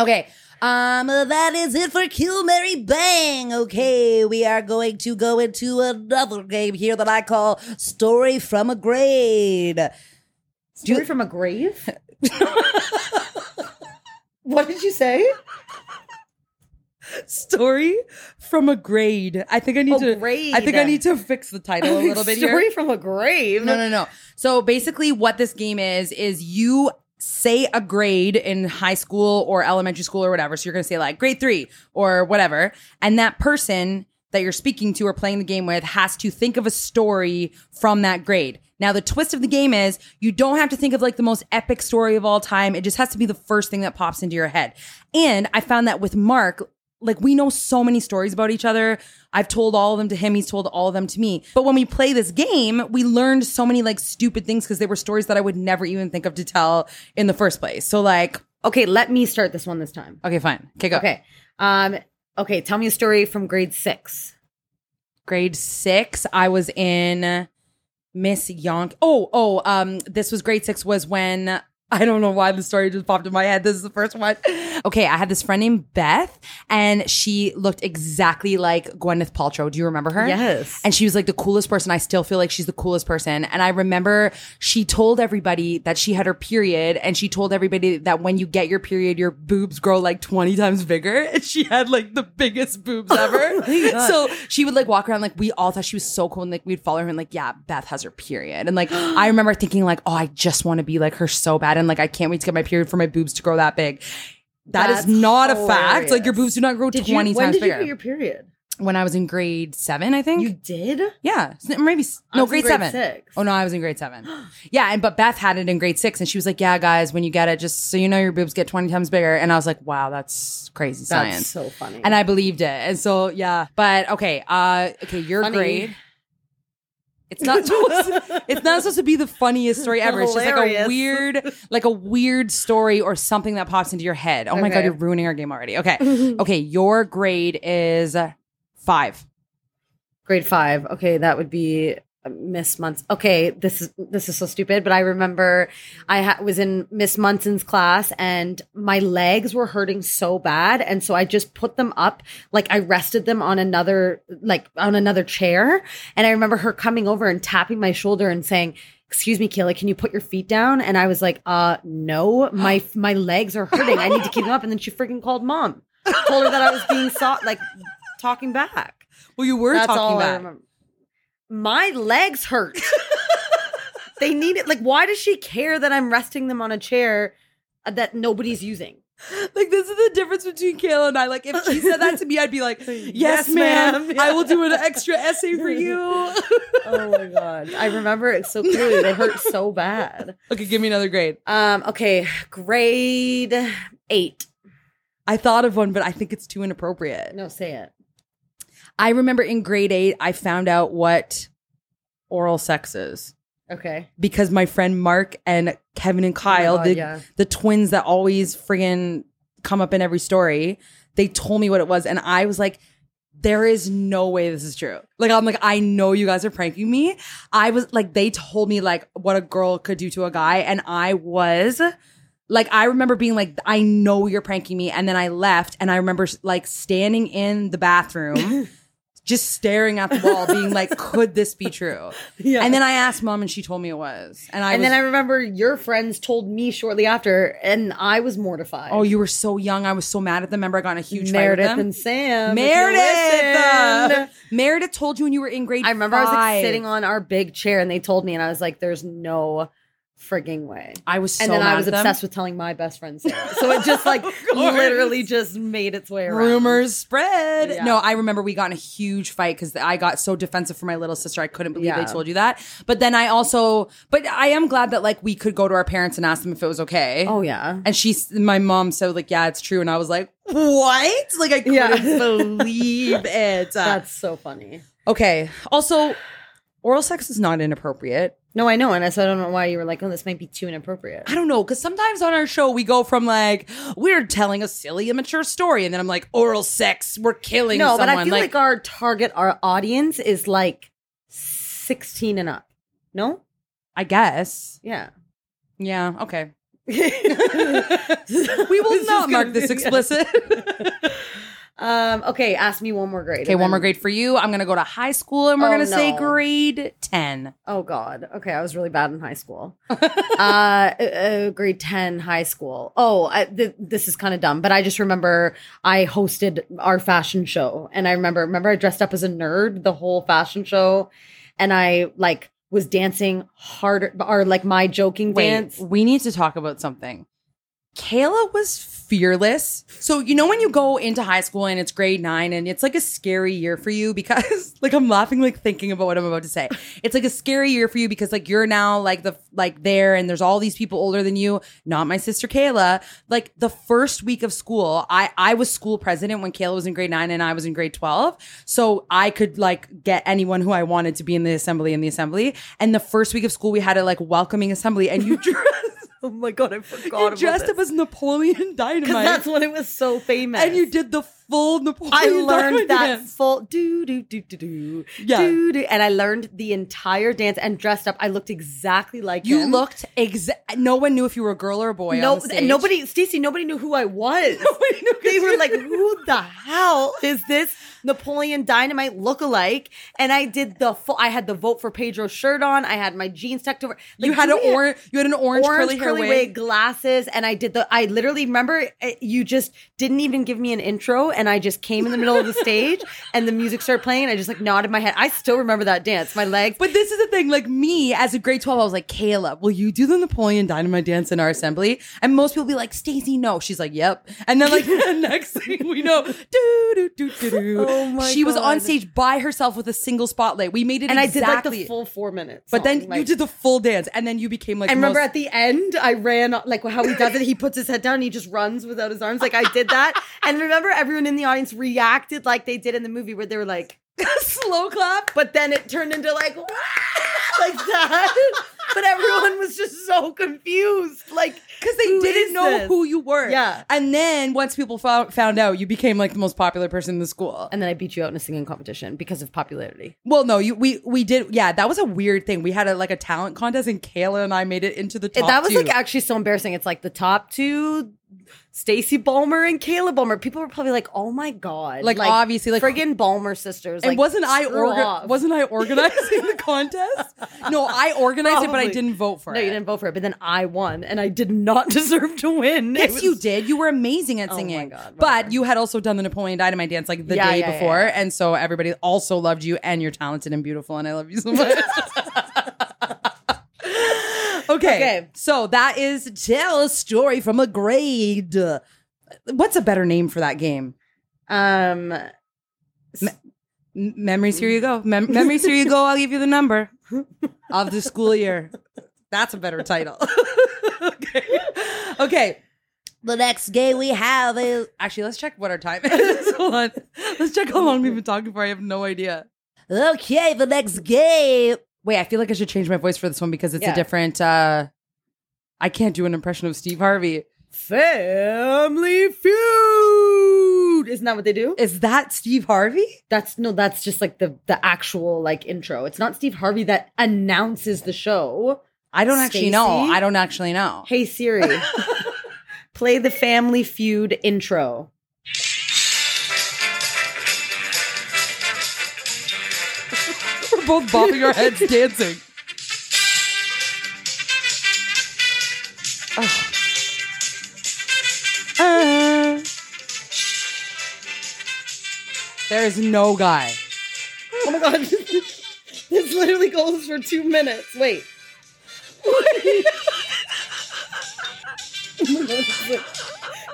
Speaker 3: Okay.
Speaker 6: Um, that is it for Kill Mary Bang. Okay, we are going to go into another game here that I call Story from a Grade.
Speaker 4: Story from a grave. what did you say?
Speaker 3: Story from a grade. I think I need
Speaker 4: Oh,
Speaker 3: to.
Speaker 4: grade.
Speaker 3: I think I need to fix the title a little bit
Speaker 4: Story
Speaker 3: here.
Speaker 4: from a grave.
Speaker 3: No, no, no. So basically, what this game is is you say a grade in high school or elementary school or whatever. So you're going to say like grade three or whatever, and that person that you're speaking to or playing the game with has to think of a story from that grade. Now the twist of the game is you don't have to think of like the most epic story of all time. It just has to be the first thing that pops into your head. And I found that with Mark, like we know so many stories about each other. I've told all of them to him, he's told all of them to me. But when we play this game, we learned so many like stupid things because they were stories that I would never even think of to tell in the first place. So like,
Speaker 4: Okay, let me start this one this time.
Speaker 3: okay, fine. Okay, go.
Speaker 4: Okay. Um, okay, tell me a story from grade six.
Speaker 3: grade six. I was in Miss Yonk. Oh, oh, um, this was grade six was when I don't know why the story just popped in my head. This is the first one. Okay, I had this friend named Beth, and she looked exactly like Gwyneth Paltrow. Do you remember her?
Speaker 4: Yes.
Speaker 3: And she was like the coolest person. I still feel like she's the coolest person. And I remember she told everybody that she had her period, and she told everybody that when you get your period, your boobs grow like 20 times bigger. And she had like the biggest boobs
Speaker 4: Oh
Speaker 3: ever. so she would like walk around, like, we all thought she was so cool. And like, we'd follow her, and like, yeah, Beth has her period. And like, I remember thinking, like, oh, I just want to be like her so bad. And like, I can't wait to get my period for my boobs to grow that big. That's
Speaker 4: That's
Speaker 3: not a fact. Like, your
Speaker 4: hilarious.
Speaker 3: boobs do not grow
Speaker 4: Did you-
Speaker 3: 20
Speaker 4: when
Speaker 3: times
Speaker 4: did you
Speaker 3: bigger.
Speaker 4: get your period?
Speaker 3: when I was in grade seven, I think.
Speaker 4: You did?
Speaker 3: Yeah, s- maybe s-
Speaker 4: I
Speaker 3: no
Speaker 4: was in
Speaker 3: grade,
Speaker 4: grade
Speaker 3: seven.
Speaker 4: six.
Speaker 3: Oh no, I was in grade seven. yeah, and but Beth had it in grade six, and she was like, "Yeah, guys, when you get it, just so you know, your boobs get twenty times bigger." And I was like, "Wow, that's crazy
Speaker 4: That's
Speaker 3: science."
Speaker 4: so funny.
Speaker 3: and I believed it, and so yeah. But okay, uh, okay, your
Speaker 4: Funny.
Speaker 3: grade. It's not supposed. To, it's not supposed to be the funniest story ever. It's just like a
Speaker 4: Hilarious.
Speaker 3: weird, like a weird story or something that pops into your head. Oh my god,
Speaker 4: Okay.
Speaker 3: you're ruining our game already. Okay, okay, your grade is five.
Speaker 4: grade five. Okay, that would be uh, Miss Munson. Okay, this is this is so stupid, but I remember I ha- was in Miss Munson's class and my legs were hurting so bad, and so I just put them up, like I rested them on another like on another chair, and I remember her coming over and tapping my shoulder and saying. Excuse me, Kayla, can you put your feet down? And I was like, uh, no, my my legs are hurting. I need to keep them up. And then she freaking called mom, told her that I was being so- like talking back.
Speaker 3: Well, you were talking
Speaker 4: I
Speaker 3: about.
Speaker 4: remember. My legs hurt. they need it. Like, why does she care that I'm resting them on a chair uh, that nobody's using?
Speaker 3: Like this is the difference between Kayla and I. Like if she said that to me, I'd be like, "Yes,
Speaker 4: Yes,
Speaker 3: ma'am.
Speaker 4: ma'am.
Speaker 3: I will do an extra essay for you."
Speaker 4: Oh my god, I remember it so clearly. They hurt so bad.
Speaker 3: okay, give me another grade.
Speaker 4: Um. Okay, grade eight.
Speaker 3: I thought of one, but I think it's too inappropriate.
Speaker 4: No, say it.
Speaker 3: I remember in grade eight, I found out what oral sex is
Speaker 4: Okay.
Speaker 3: because my friend Mark and Kevin and Kyle,
Speaker 4: Oh God,
Speaker 3: the
Speaker 4: yeah.
Speaker 3: the twins that always friggin' come up in every story, they told me what it was, and I was like. There is no way this is true. Like I'm like I know you guys are pranking me. I was like they told me like what a girl could do to a guy and I was like I remember being like I know you're pranking me and then I left and I remember like standing in the bathroom just staring at the wall being like could this be true?
Speaker 4: Yeah.
Speaker 3: And then I asked mom and she told me it was. And I
Speaker 4: and
Speaker 3: was,
Speaker 4: then I remember your friends told me shortly after, and I was mortified.
Speaker 3: Oh, you were so young. I was so mad at them. Remember, I got in a huge
Speaker 4: Meredith
Speaker 3: fight with them.
Speaker 4: and Sam. if you
Speaker 3: Meredith,
Speaker 4: listen.
Speaker 3: Meredith told you when you were in grade.
Speaker 4: I remember I was like
Speaker 3: five.
Speaker 4: sitting on our big chair and they told me and I was like, there's no frigging way.
Speaker 3: I was so
Speaker 4: and then
Speaker 3: mad
Speaker 4: I was
Speaker 3: at them.
Speaker 4: obsessed with telling my best friend Sarah. So it just like literally just made its way around.
Speaker 3: Rumors spread.
Speaker 4: Yeah.
Speaker 3: No, I remember we got in a huge fight because I got so defensive for my little sister. I couldn't believe
Speaker 4: Yeah.
Speaker 3: they told you that. But then I also, but I am glad that like we could go to our parents and ask them if it was okay.
Speaker 4: Oh yeah.
Speaker 3: And she, my mom said like, yeah, it's true. And I was like, what? Like I couldn't
Speaker 4: Yeah.
Speaker 3: believe it.
Speaker 4: That's so funny.
Speaker 3: okay. Also, oral sex is not inappropriate.
Speaker 4: No, I know, and I so I don't know why you were like, oh, this might be too inappropriate.
Speaker 3: I don't know, because sometimes on our show we go from like we're telling a silly, immature story, and then I'm like oral sex, we're killing.
Speaker 4: No,
Speaker 3: someone.
Speaker 4: but I feel like, our target, our audience is like sixteen and up. No?
Speaker 3: I guess,
Speaker 4: Yeah.
Speaker 3: yeah, okay.
Speaker 4: we
Speaker 3: We will not mark this explicit.
Speaker 4: Um, okay, ask me one more grade.
Speaker 3: okay,
Speaker 4: and
Speaker 3: one
Speaker 4: then-
Speaker 3: more grade for you. I'm gonna go to high school, and we're
Speaker 4: Oh,
Speaker 3: gonna say
Speaker 4: no.
Speaker 3: grade ten.
Speaker 4: Oh God. Okay, I was really bad in high school. uh, uh, grade ten, high school. Oh, I, th- this is kind of dumb, but I just remember I hosted our fashion show, and I remember remember I dressed up as a nerd the whole fashion show, and I like was dancing harder or like my joking dance.
Speaker 3: we need to talk about something. Kayla was fearless. So, you know, when you go into high school and it's grade nine and it's like a scary year for you because, like, I'm laughing, like, thinking about what I'm about to say. It's like a scary year for you because, like, you're now, like, the, like, there and there's all these people older than you. Not my sister Kayla. Like, the first week of school, I, I was school president when Kayla was in grade nine and I was in grade 12. So I could, like, get anyone who I wanted to be in the assembly in the assembly. And the first week of school, we had a, like, welcoming assembly and you dressed.
Speaker 4: Oh my God, I forgot.
Speaker 3: You dressed up as Napoleon Dynamite,
Speaker 4: because that's when it was so famous.
Speaker 3: and you did the full Napoleon.
Speaker 4: I
Speaker 3: Dynamite
Speaker 4: learned that
Speaker 3: dance.
Speaker 4: full do do do do do
Speaker 3: Yeah.
Speaker 4: do do, and I learned the entire dance and dressed up. I looked exactly like
Speaker 3: You
Speaker 4: him.
Speaker 3: looked exact. No one knew if you were a girl or a boy.
Speaker 4: No,
Speaker 3: on the stage.
Speaker 4: nobody, Stacey, nobody knew who I was.
Speaker 3: knew
Speaker 4: they
Speaker 3: 'cause
Speaker 4: were
Speaker 3: you-
Speaker 4: like, who the hell is this Napoleon Dynamite lookalike? And I did the full, I had the vote for Pedro shirt on. I had my jeans tucked over. Like,
Speaker 3: you had an
Speaker 4: doing it-
Speaker 3: orange. You had an orange, curly,
Speaker 4: orange
Speaker 3: hair wig.
Speaker 4: glasses, and I did the. I literally remember uh, you just didn't even give me an intro, and I just came in the middle of the stage, and the music started playing. And I just like nodded my head. I still remember that dance. My legs,
Speaker 3: But this is the thing. Like me, as a grade twelve, I was like, Kayla, will you do the Napoleon Dynamite dance in our assembly? And most people be like, Stacey, no. She's like, yep. And then like the next thing we know, do do do do do.
Speaker 4: Oh my
Speaker 3: She was on
Speaker 4: God.
Speaker 3: stage by herself with a single spotlight. We made it,
Speaker 4: and
Speaker 3: exactly.
Speaker 4: I did like the full four minutes.
Speaker 3: But then
Speaker 4: song, like-
Speaker 3: you did the full dance, and then you became like.
Speaker 4: I remember
Speaker 3: most-
Speaker 4: at the end, I ran like how he does it. He puts his head down and he just runs without his arms. Like I did that, and remember everyone in the audience reacted like they did in the movie where they were like slow clap, but then it turned into like "Wah!" like that. But everyone was just so confused, like
Speaker 3: because they
Speaker 4: who
Speaker 3: didn't
Speaker 4: is
Speaker 3: know
Speaker 4: this?
Speaker 3: who you were.
Speaker 4: Yeah.
Speaker 3: And then once people found, found out, you became like the most popular person in the school.
Speaker 4: And then I beat you out in a singing competition because of popularity.
Speaker 3: Well, no, you we we did. Yeah, that was a weird thing. We had a, like a talent contest, and Kayla and I made it into the top.
Speaker 4: that was
Speaker 3: two.
Speaker 4: like actually so embarrassing. It's like the top two, Stacy Ballmer and Kayla Ballmer. People were probably like, "Oh my god!"
Speaker 3: Like, obviously, like-
Speaker 4: friggin' Ballmer sisters.
Speaker 3: And
Speaker 4: like,
Speaker 3: wasn't I
Speaker 4: screw
Speaker 3: orga-
Speaker 4: off.
Speaker 3: wasn't I organizing the contest? No, I organized it, but I
Speaker 4: Probably.
Speaker 3: didn't vote for
Speaker 4: no,
Speaker 3: it.
Speaker 4: you didn't vote for it, but then I won, and I did not deserve to win. It
Speaker 3: Yes, you
Speaker 4: was-
Speaker 3: did. You were amazing at
Speaker 4: Oh my
Speaker 3: singing.
Speaker 4: God,
Speaker 3: but
Speaker 4: whatever.
Speaker 3: you had also done the Napoleon Dynamite dance like the
Speaker 4: Yeah,
Speaker 3: day
Speaker 4: yeah, yeah,
Speaker 3: before.
Speaker 4: yeah.
Speaker 3: And so everybody also loved you and you're talented and beautiful. And I love you so much. okay.
Speaker 4: Okay.
Speaker 3: So that is Tell a Story from a Grade. What's a better name for that game?
Speaker 4: Um,
Speaker 3: M- memories, here you go. Mem- memories, here you go. I'll give you the number of the school year. That's a better title. okay. Okay.
Speaker 6: The next game we have is
Speaker 3: Actually, let's check what our time is. Hold on. Let's check how long we've been talking for. I have no idea.
Speaker 6: okay. The next game.
Speaker 3: Wait, I feel like I should change my voice for this one because it's a
Speaker 4: Yeah.
Speaker 3: different uh I can't do an impression of Steve Harvey.
Speaker 4: Family Feud. Isn't that what they do?
Speaker 3: Is that Steve Harvey?
Speaker 4: That's no. That's just like the the actual like intro. It's not Steve Harvey that announces the show.
Speaker 3: I don't actually know.
Speaker 4: Stacey?
Speaker 3: I don't actually know.
Speaker 4: Hey Siri, play the Family Feud intro.
Speaker 3: We're both bobbing our heads dancing. Oh. Uh. There is no guy.
Speaker 4: Oh my god. this literally goes for two minutes. Wait.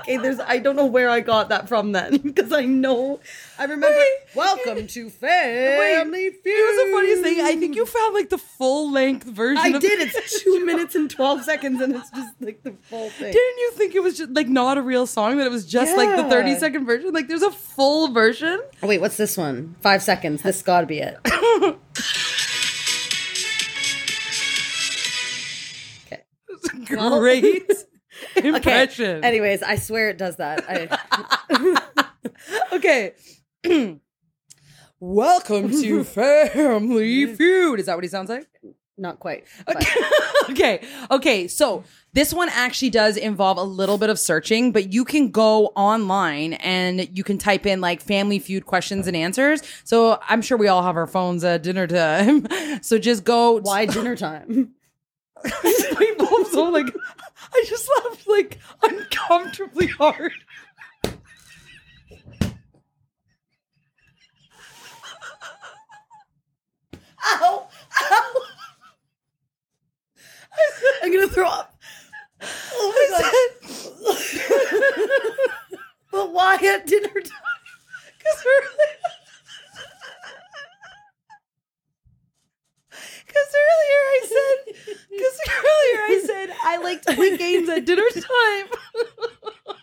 Speaker 4: okay, there's I don't know where I got that from then because I know I remember Welcome to Family Feud.
Speaker 3: Here's the funniest thing. I think you found like the full length version
Speaker 4: I
Speaker 3: of
Speaker 4: did. It's two minutes and twelve seconds, and it's just like the full thing.
Speaker 3: Didn't you think it was just like not a real song that it was just like the
Speaker 4: Yeah.
Speaker 3: 30 second version? Like there's a full version.
Speaker 4: Oh, wait, what's this one? Five seconds. This gotta be it.
Speaker 3: Great
Speaker 4: Okay.
Speaker 3: impression.
Speaker 4: Anyways, I swear it does that. I,
Speaker 3: Okay. Welcome to Family Feud. Is that what he sounds like?
Speaker 4: not quite. but-
Speaker 3: Okay. okay. Okay. So this one actually does involve a little bit of searching, but you can go online and you can type in like family feud questions and answers. So I'm sure we all have our phones at dinner time. So just go.
Speaker 4: Why dinner time?
Speaker 3: my bulbs all like I just laughed like uncomfortably hard.
Speaker 4: Ow! Ow! I'm gonna throw up. Oh my god! but why at dinner time? Because
Speaker 3: Because earlier I said, because earlier I said I like to play games at dinner time.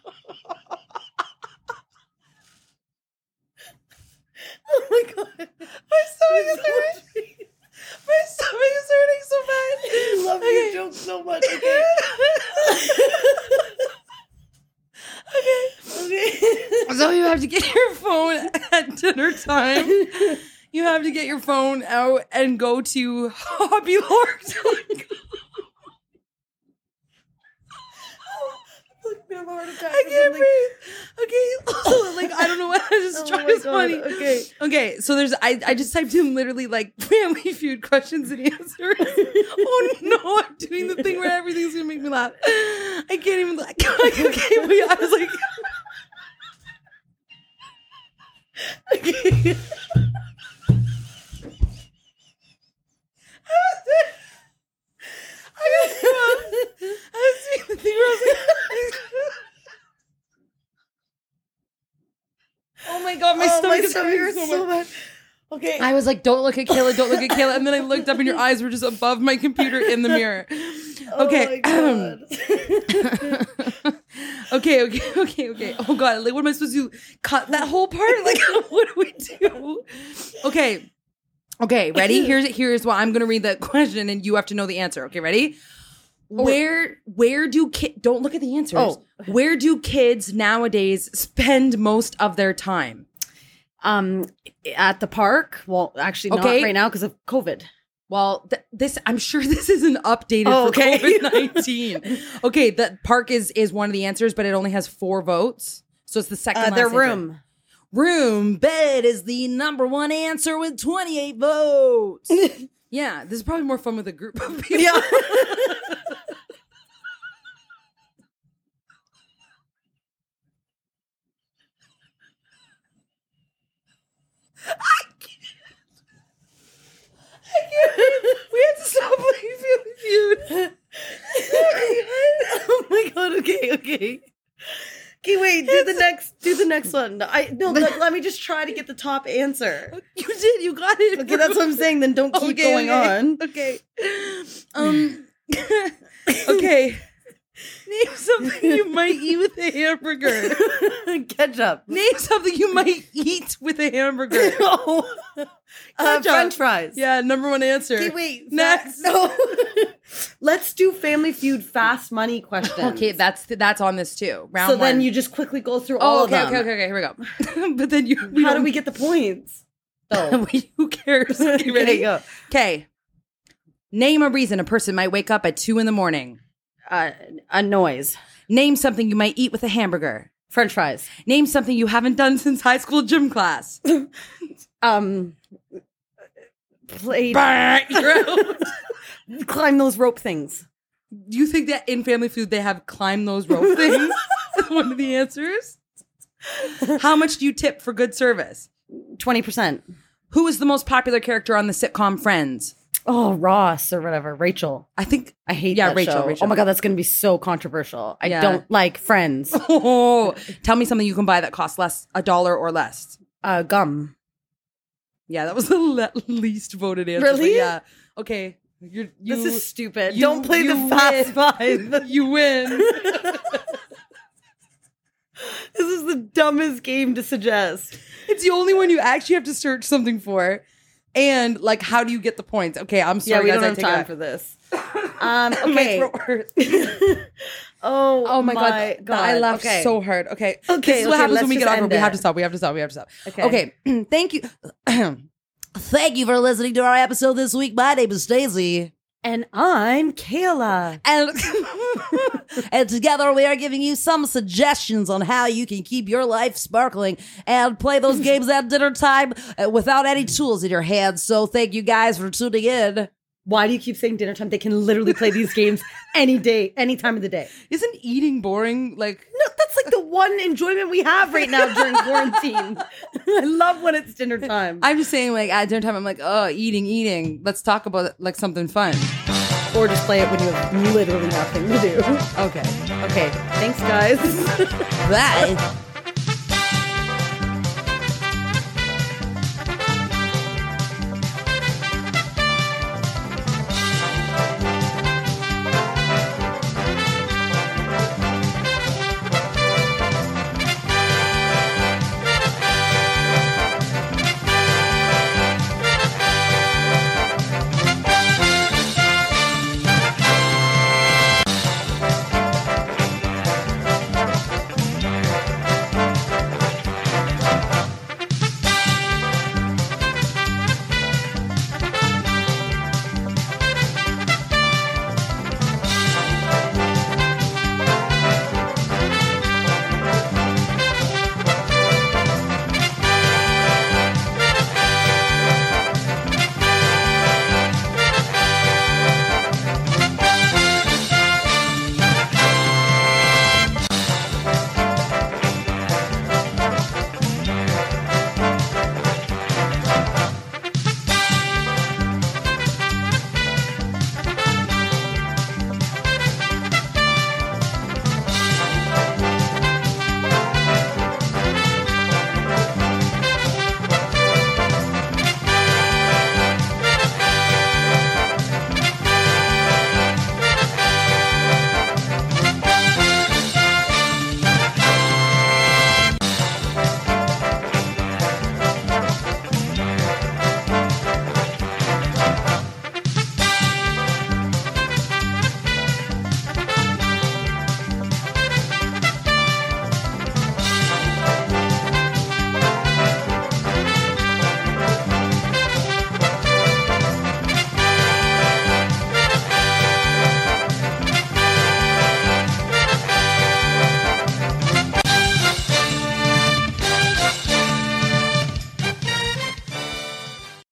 Speaker 4: Oh my god!
Speaker 3: My stomach is hurting. My stomach is hurting so bad.
Speaker 4: I love
Speaker 3: okay.
Speaker 4: your jokes so much. Okay.
Speaker 3: okay.
Speaker 4: okay.
Speaker 3: So you have to get your phone at dinner time. You have to get your phone out and go to hobbylord.com. I can't breathe. Okay, like I don't know what I just tried. It's funny. Okay, okay. So there's I I just typed in literally like Family Feud questions and answers. oh no, I'm doing the thing where everything's gonna make me laugh. I can't even. Like, okay, wait, I was like. Okay. I was, I was doing the thing where I was like. Oh my god, my stomach is hurting so, much.
Speaker 4: Okay.
Speaker 3: I was like, "Don't look at Kayla, don't look at Kayla," and then I looked up, and your eyes were just above my computer in the mirror. Okay. okay, okay, okay, okay. Oh god, like, what am I supposed to do? Cut that whole part? Like, what do we do? Okay. Okay, ready? Here's here's what I'm gonna read the question, and you have to know the answer. Okay, ready? Where where do kid don't look at the answers?
Speaker 4: Oh.
Speaker 3: Where do kids nowadays spend most of their time?
Speaker 4: Um, at the park. Well, actually,
Speaker 3: Okay.
Speaker 4: not right now because of COVID.
Speaker 3: Well, th- this I'm sure this isn't updated
Speaker 4: Oh,
Speaker 3: for
Speaker 4: okay.
Speaker 3: COVID nineteen. okay, the park is is one of the answers, but it only has four votes, so it's the second.
Speaker 4: Uh,
Speaker 3: last
Speaker 4: their
Speaker 3: answer.
Speaker 4: room.
Speaker 3: room bed is the number one answer with twenty eight votes. yeah, this is probably more fun with a group of people.
Speaker 4: Yeah.
Speaker 3: we have to stop playing Family Feud.
Speaker 4: oh my god. Okay. Okay. Okay. Wait. Do the next. Do the next one. No, I no. Let, let me just try to get the top answer.
Speaker 3: You did. You got it.
Speaker 4: Okay. That's what I'm saying. Then don't keep
Speaker 3: Okay,
Speaker 4: going
Speaker 3: okay,
Speaker 4: on.
Speaker 3: Okay. Um. okay. Name something you might eat with a hamburger.
Speaker 4: Ketchup.
Speaker 3: Name something you might eat with a hamburger.
Speaker 4: No. Uh,
Speaker 3: Ketchup.
Speaker 4: French fries.
Speaker 3: Yeah, number one answer.
Speaker 4: Okay, wait.
Speaker 3: Next.
Speaker 4: Fa- no. Let's do Family Feud fast money questions.
Speaker 3: Okay, that's that's on this too. Round
Speaker 4: so
Speaker 3: one.
Speaker 4: then you just quickly go through all
Speaker 3: Oh,
Speaker 4: of
Speaker 3: okay,
Speaker 4: them.
Speaker 3: okay, okay, okay. Here we go. but then you.
Speaker 4: How do
Speaker 3: don't-
Speaker 4: we get the points? Though.
Speaker 3: Wait, Who cares? You ready?
Speaker 4: Okay, go.
Speaker 3: Okay. Name a reason a person might wake up at two in the morning.
Speaker 4: Uh, a noise.
Speaker 3: Name something you might eat with a hamburger.
Speaker 4: French fries.
Speaker 3: Name something you haven't done since high school gym class.
Speaker 4: Um. Play.
Speaker 3: Do
Speaker 4: Climb those rope things.
Speaker 3: you think that in Family Feud they have climb those rope things? One of the answers. How much do you tip for good service?
Speaker 4: Twenty percent.
Speaker 3: Who is the most popular character on the sitcom Friends?
Speaker 4: Oh, Ross or whatever. Rachel.
Speaker 3: I think
Speaker 4: I hate
Speaker 3: Yeah,
Speaker 4: that
Speaker 3: Rachel,
Speaker 4: show.
Speaker 3: Rachel.
Speaker 4: Oh my god, that's gonna be so controversial. I
Speaker 3: Yeah.
Speaker 4: don't like Friends.
Speaker 3: Oh, tell me something you can buy that costs less a dollar or less.
Speaker 4: Uh, gum.
Speaker 3: Yeah, that was the le- least voted answer. but
Speaker 4: Really?
Speaker 3: Yeah. Okay. You're, you,
Speaker 4: this is stupid.
Speaker 3: you-
Speaker 4: don't play the
Speaker 3: you
Speaker 4: fast
Speaker 3: win.
Speaker 4: five.
Speaker 3: You win.
Speaker 4: This is the dumbest game to suggest.
Speaker 3: It's the only one you actually have to search something for. And like, how do you get the points? Okay, I'm sorry, guys. I take it back.
Speaker 4: this. Um,
Speaker 3: My
Speaker 4: okay.
Speaker 3: throat hurts.
Speaker 4: Oh,
Speaker 3: Oh my, god. I laughed
Speaker 4: Okay.
Speaker 3: so hard. Okay.
Speaker 4: Okay,
Speaker 3: This is what
Speaker 4: okay,
Speaker 3: happens
Speaker 4: let's
Speaker 3: when we
Speaker 4: just
Speaker 3: get awkward.
Speaker 4: end
Speaker 3: We
Speaker 4: it.
Speaker 3: have to stop. We have to stop. We have to stop.
Speaker 4: Okay.
Speaker 3: okay. Thank you.
Speaker 6: Thank you for listening to our episode this week. My name is Stacey.
Speaker 4: And I'm Kayla.
Speaker 6: And, and together we are giving you some suggestions on how you can keep your life sparkling and play those games at dinner time uh, without any tools in your hands. So thank you guys for tuning in.
Speaker 4: Why do you keep saying dinner time? They can literally play these games any day, any time of the day.
Speaker 3: Isn't eating boring? Like,
Speaker 4: No, that's like the one enjoyment we have right now during quarantine. I love when it's dinner time.
Speaker 3: I'm just saying, like at dinner time, I'm like, oh, eating, eating. Let's talk about like something fun.
Speaker 4: or just play it when you have literally nothing to do.
Speaker 3: Okay. Okay.
Speaker 4: Thanks, guys.
Speaker 6: Bye.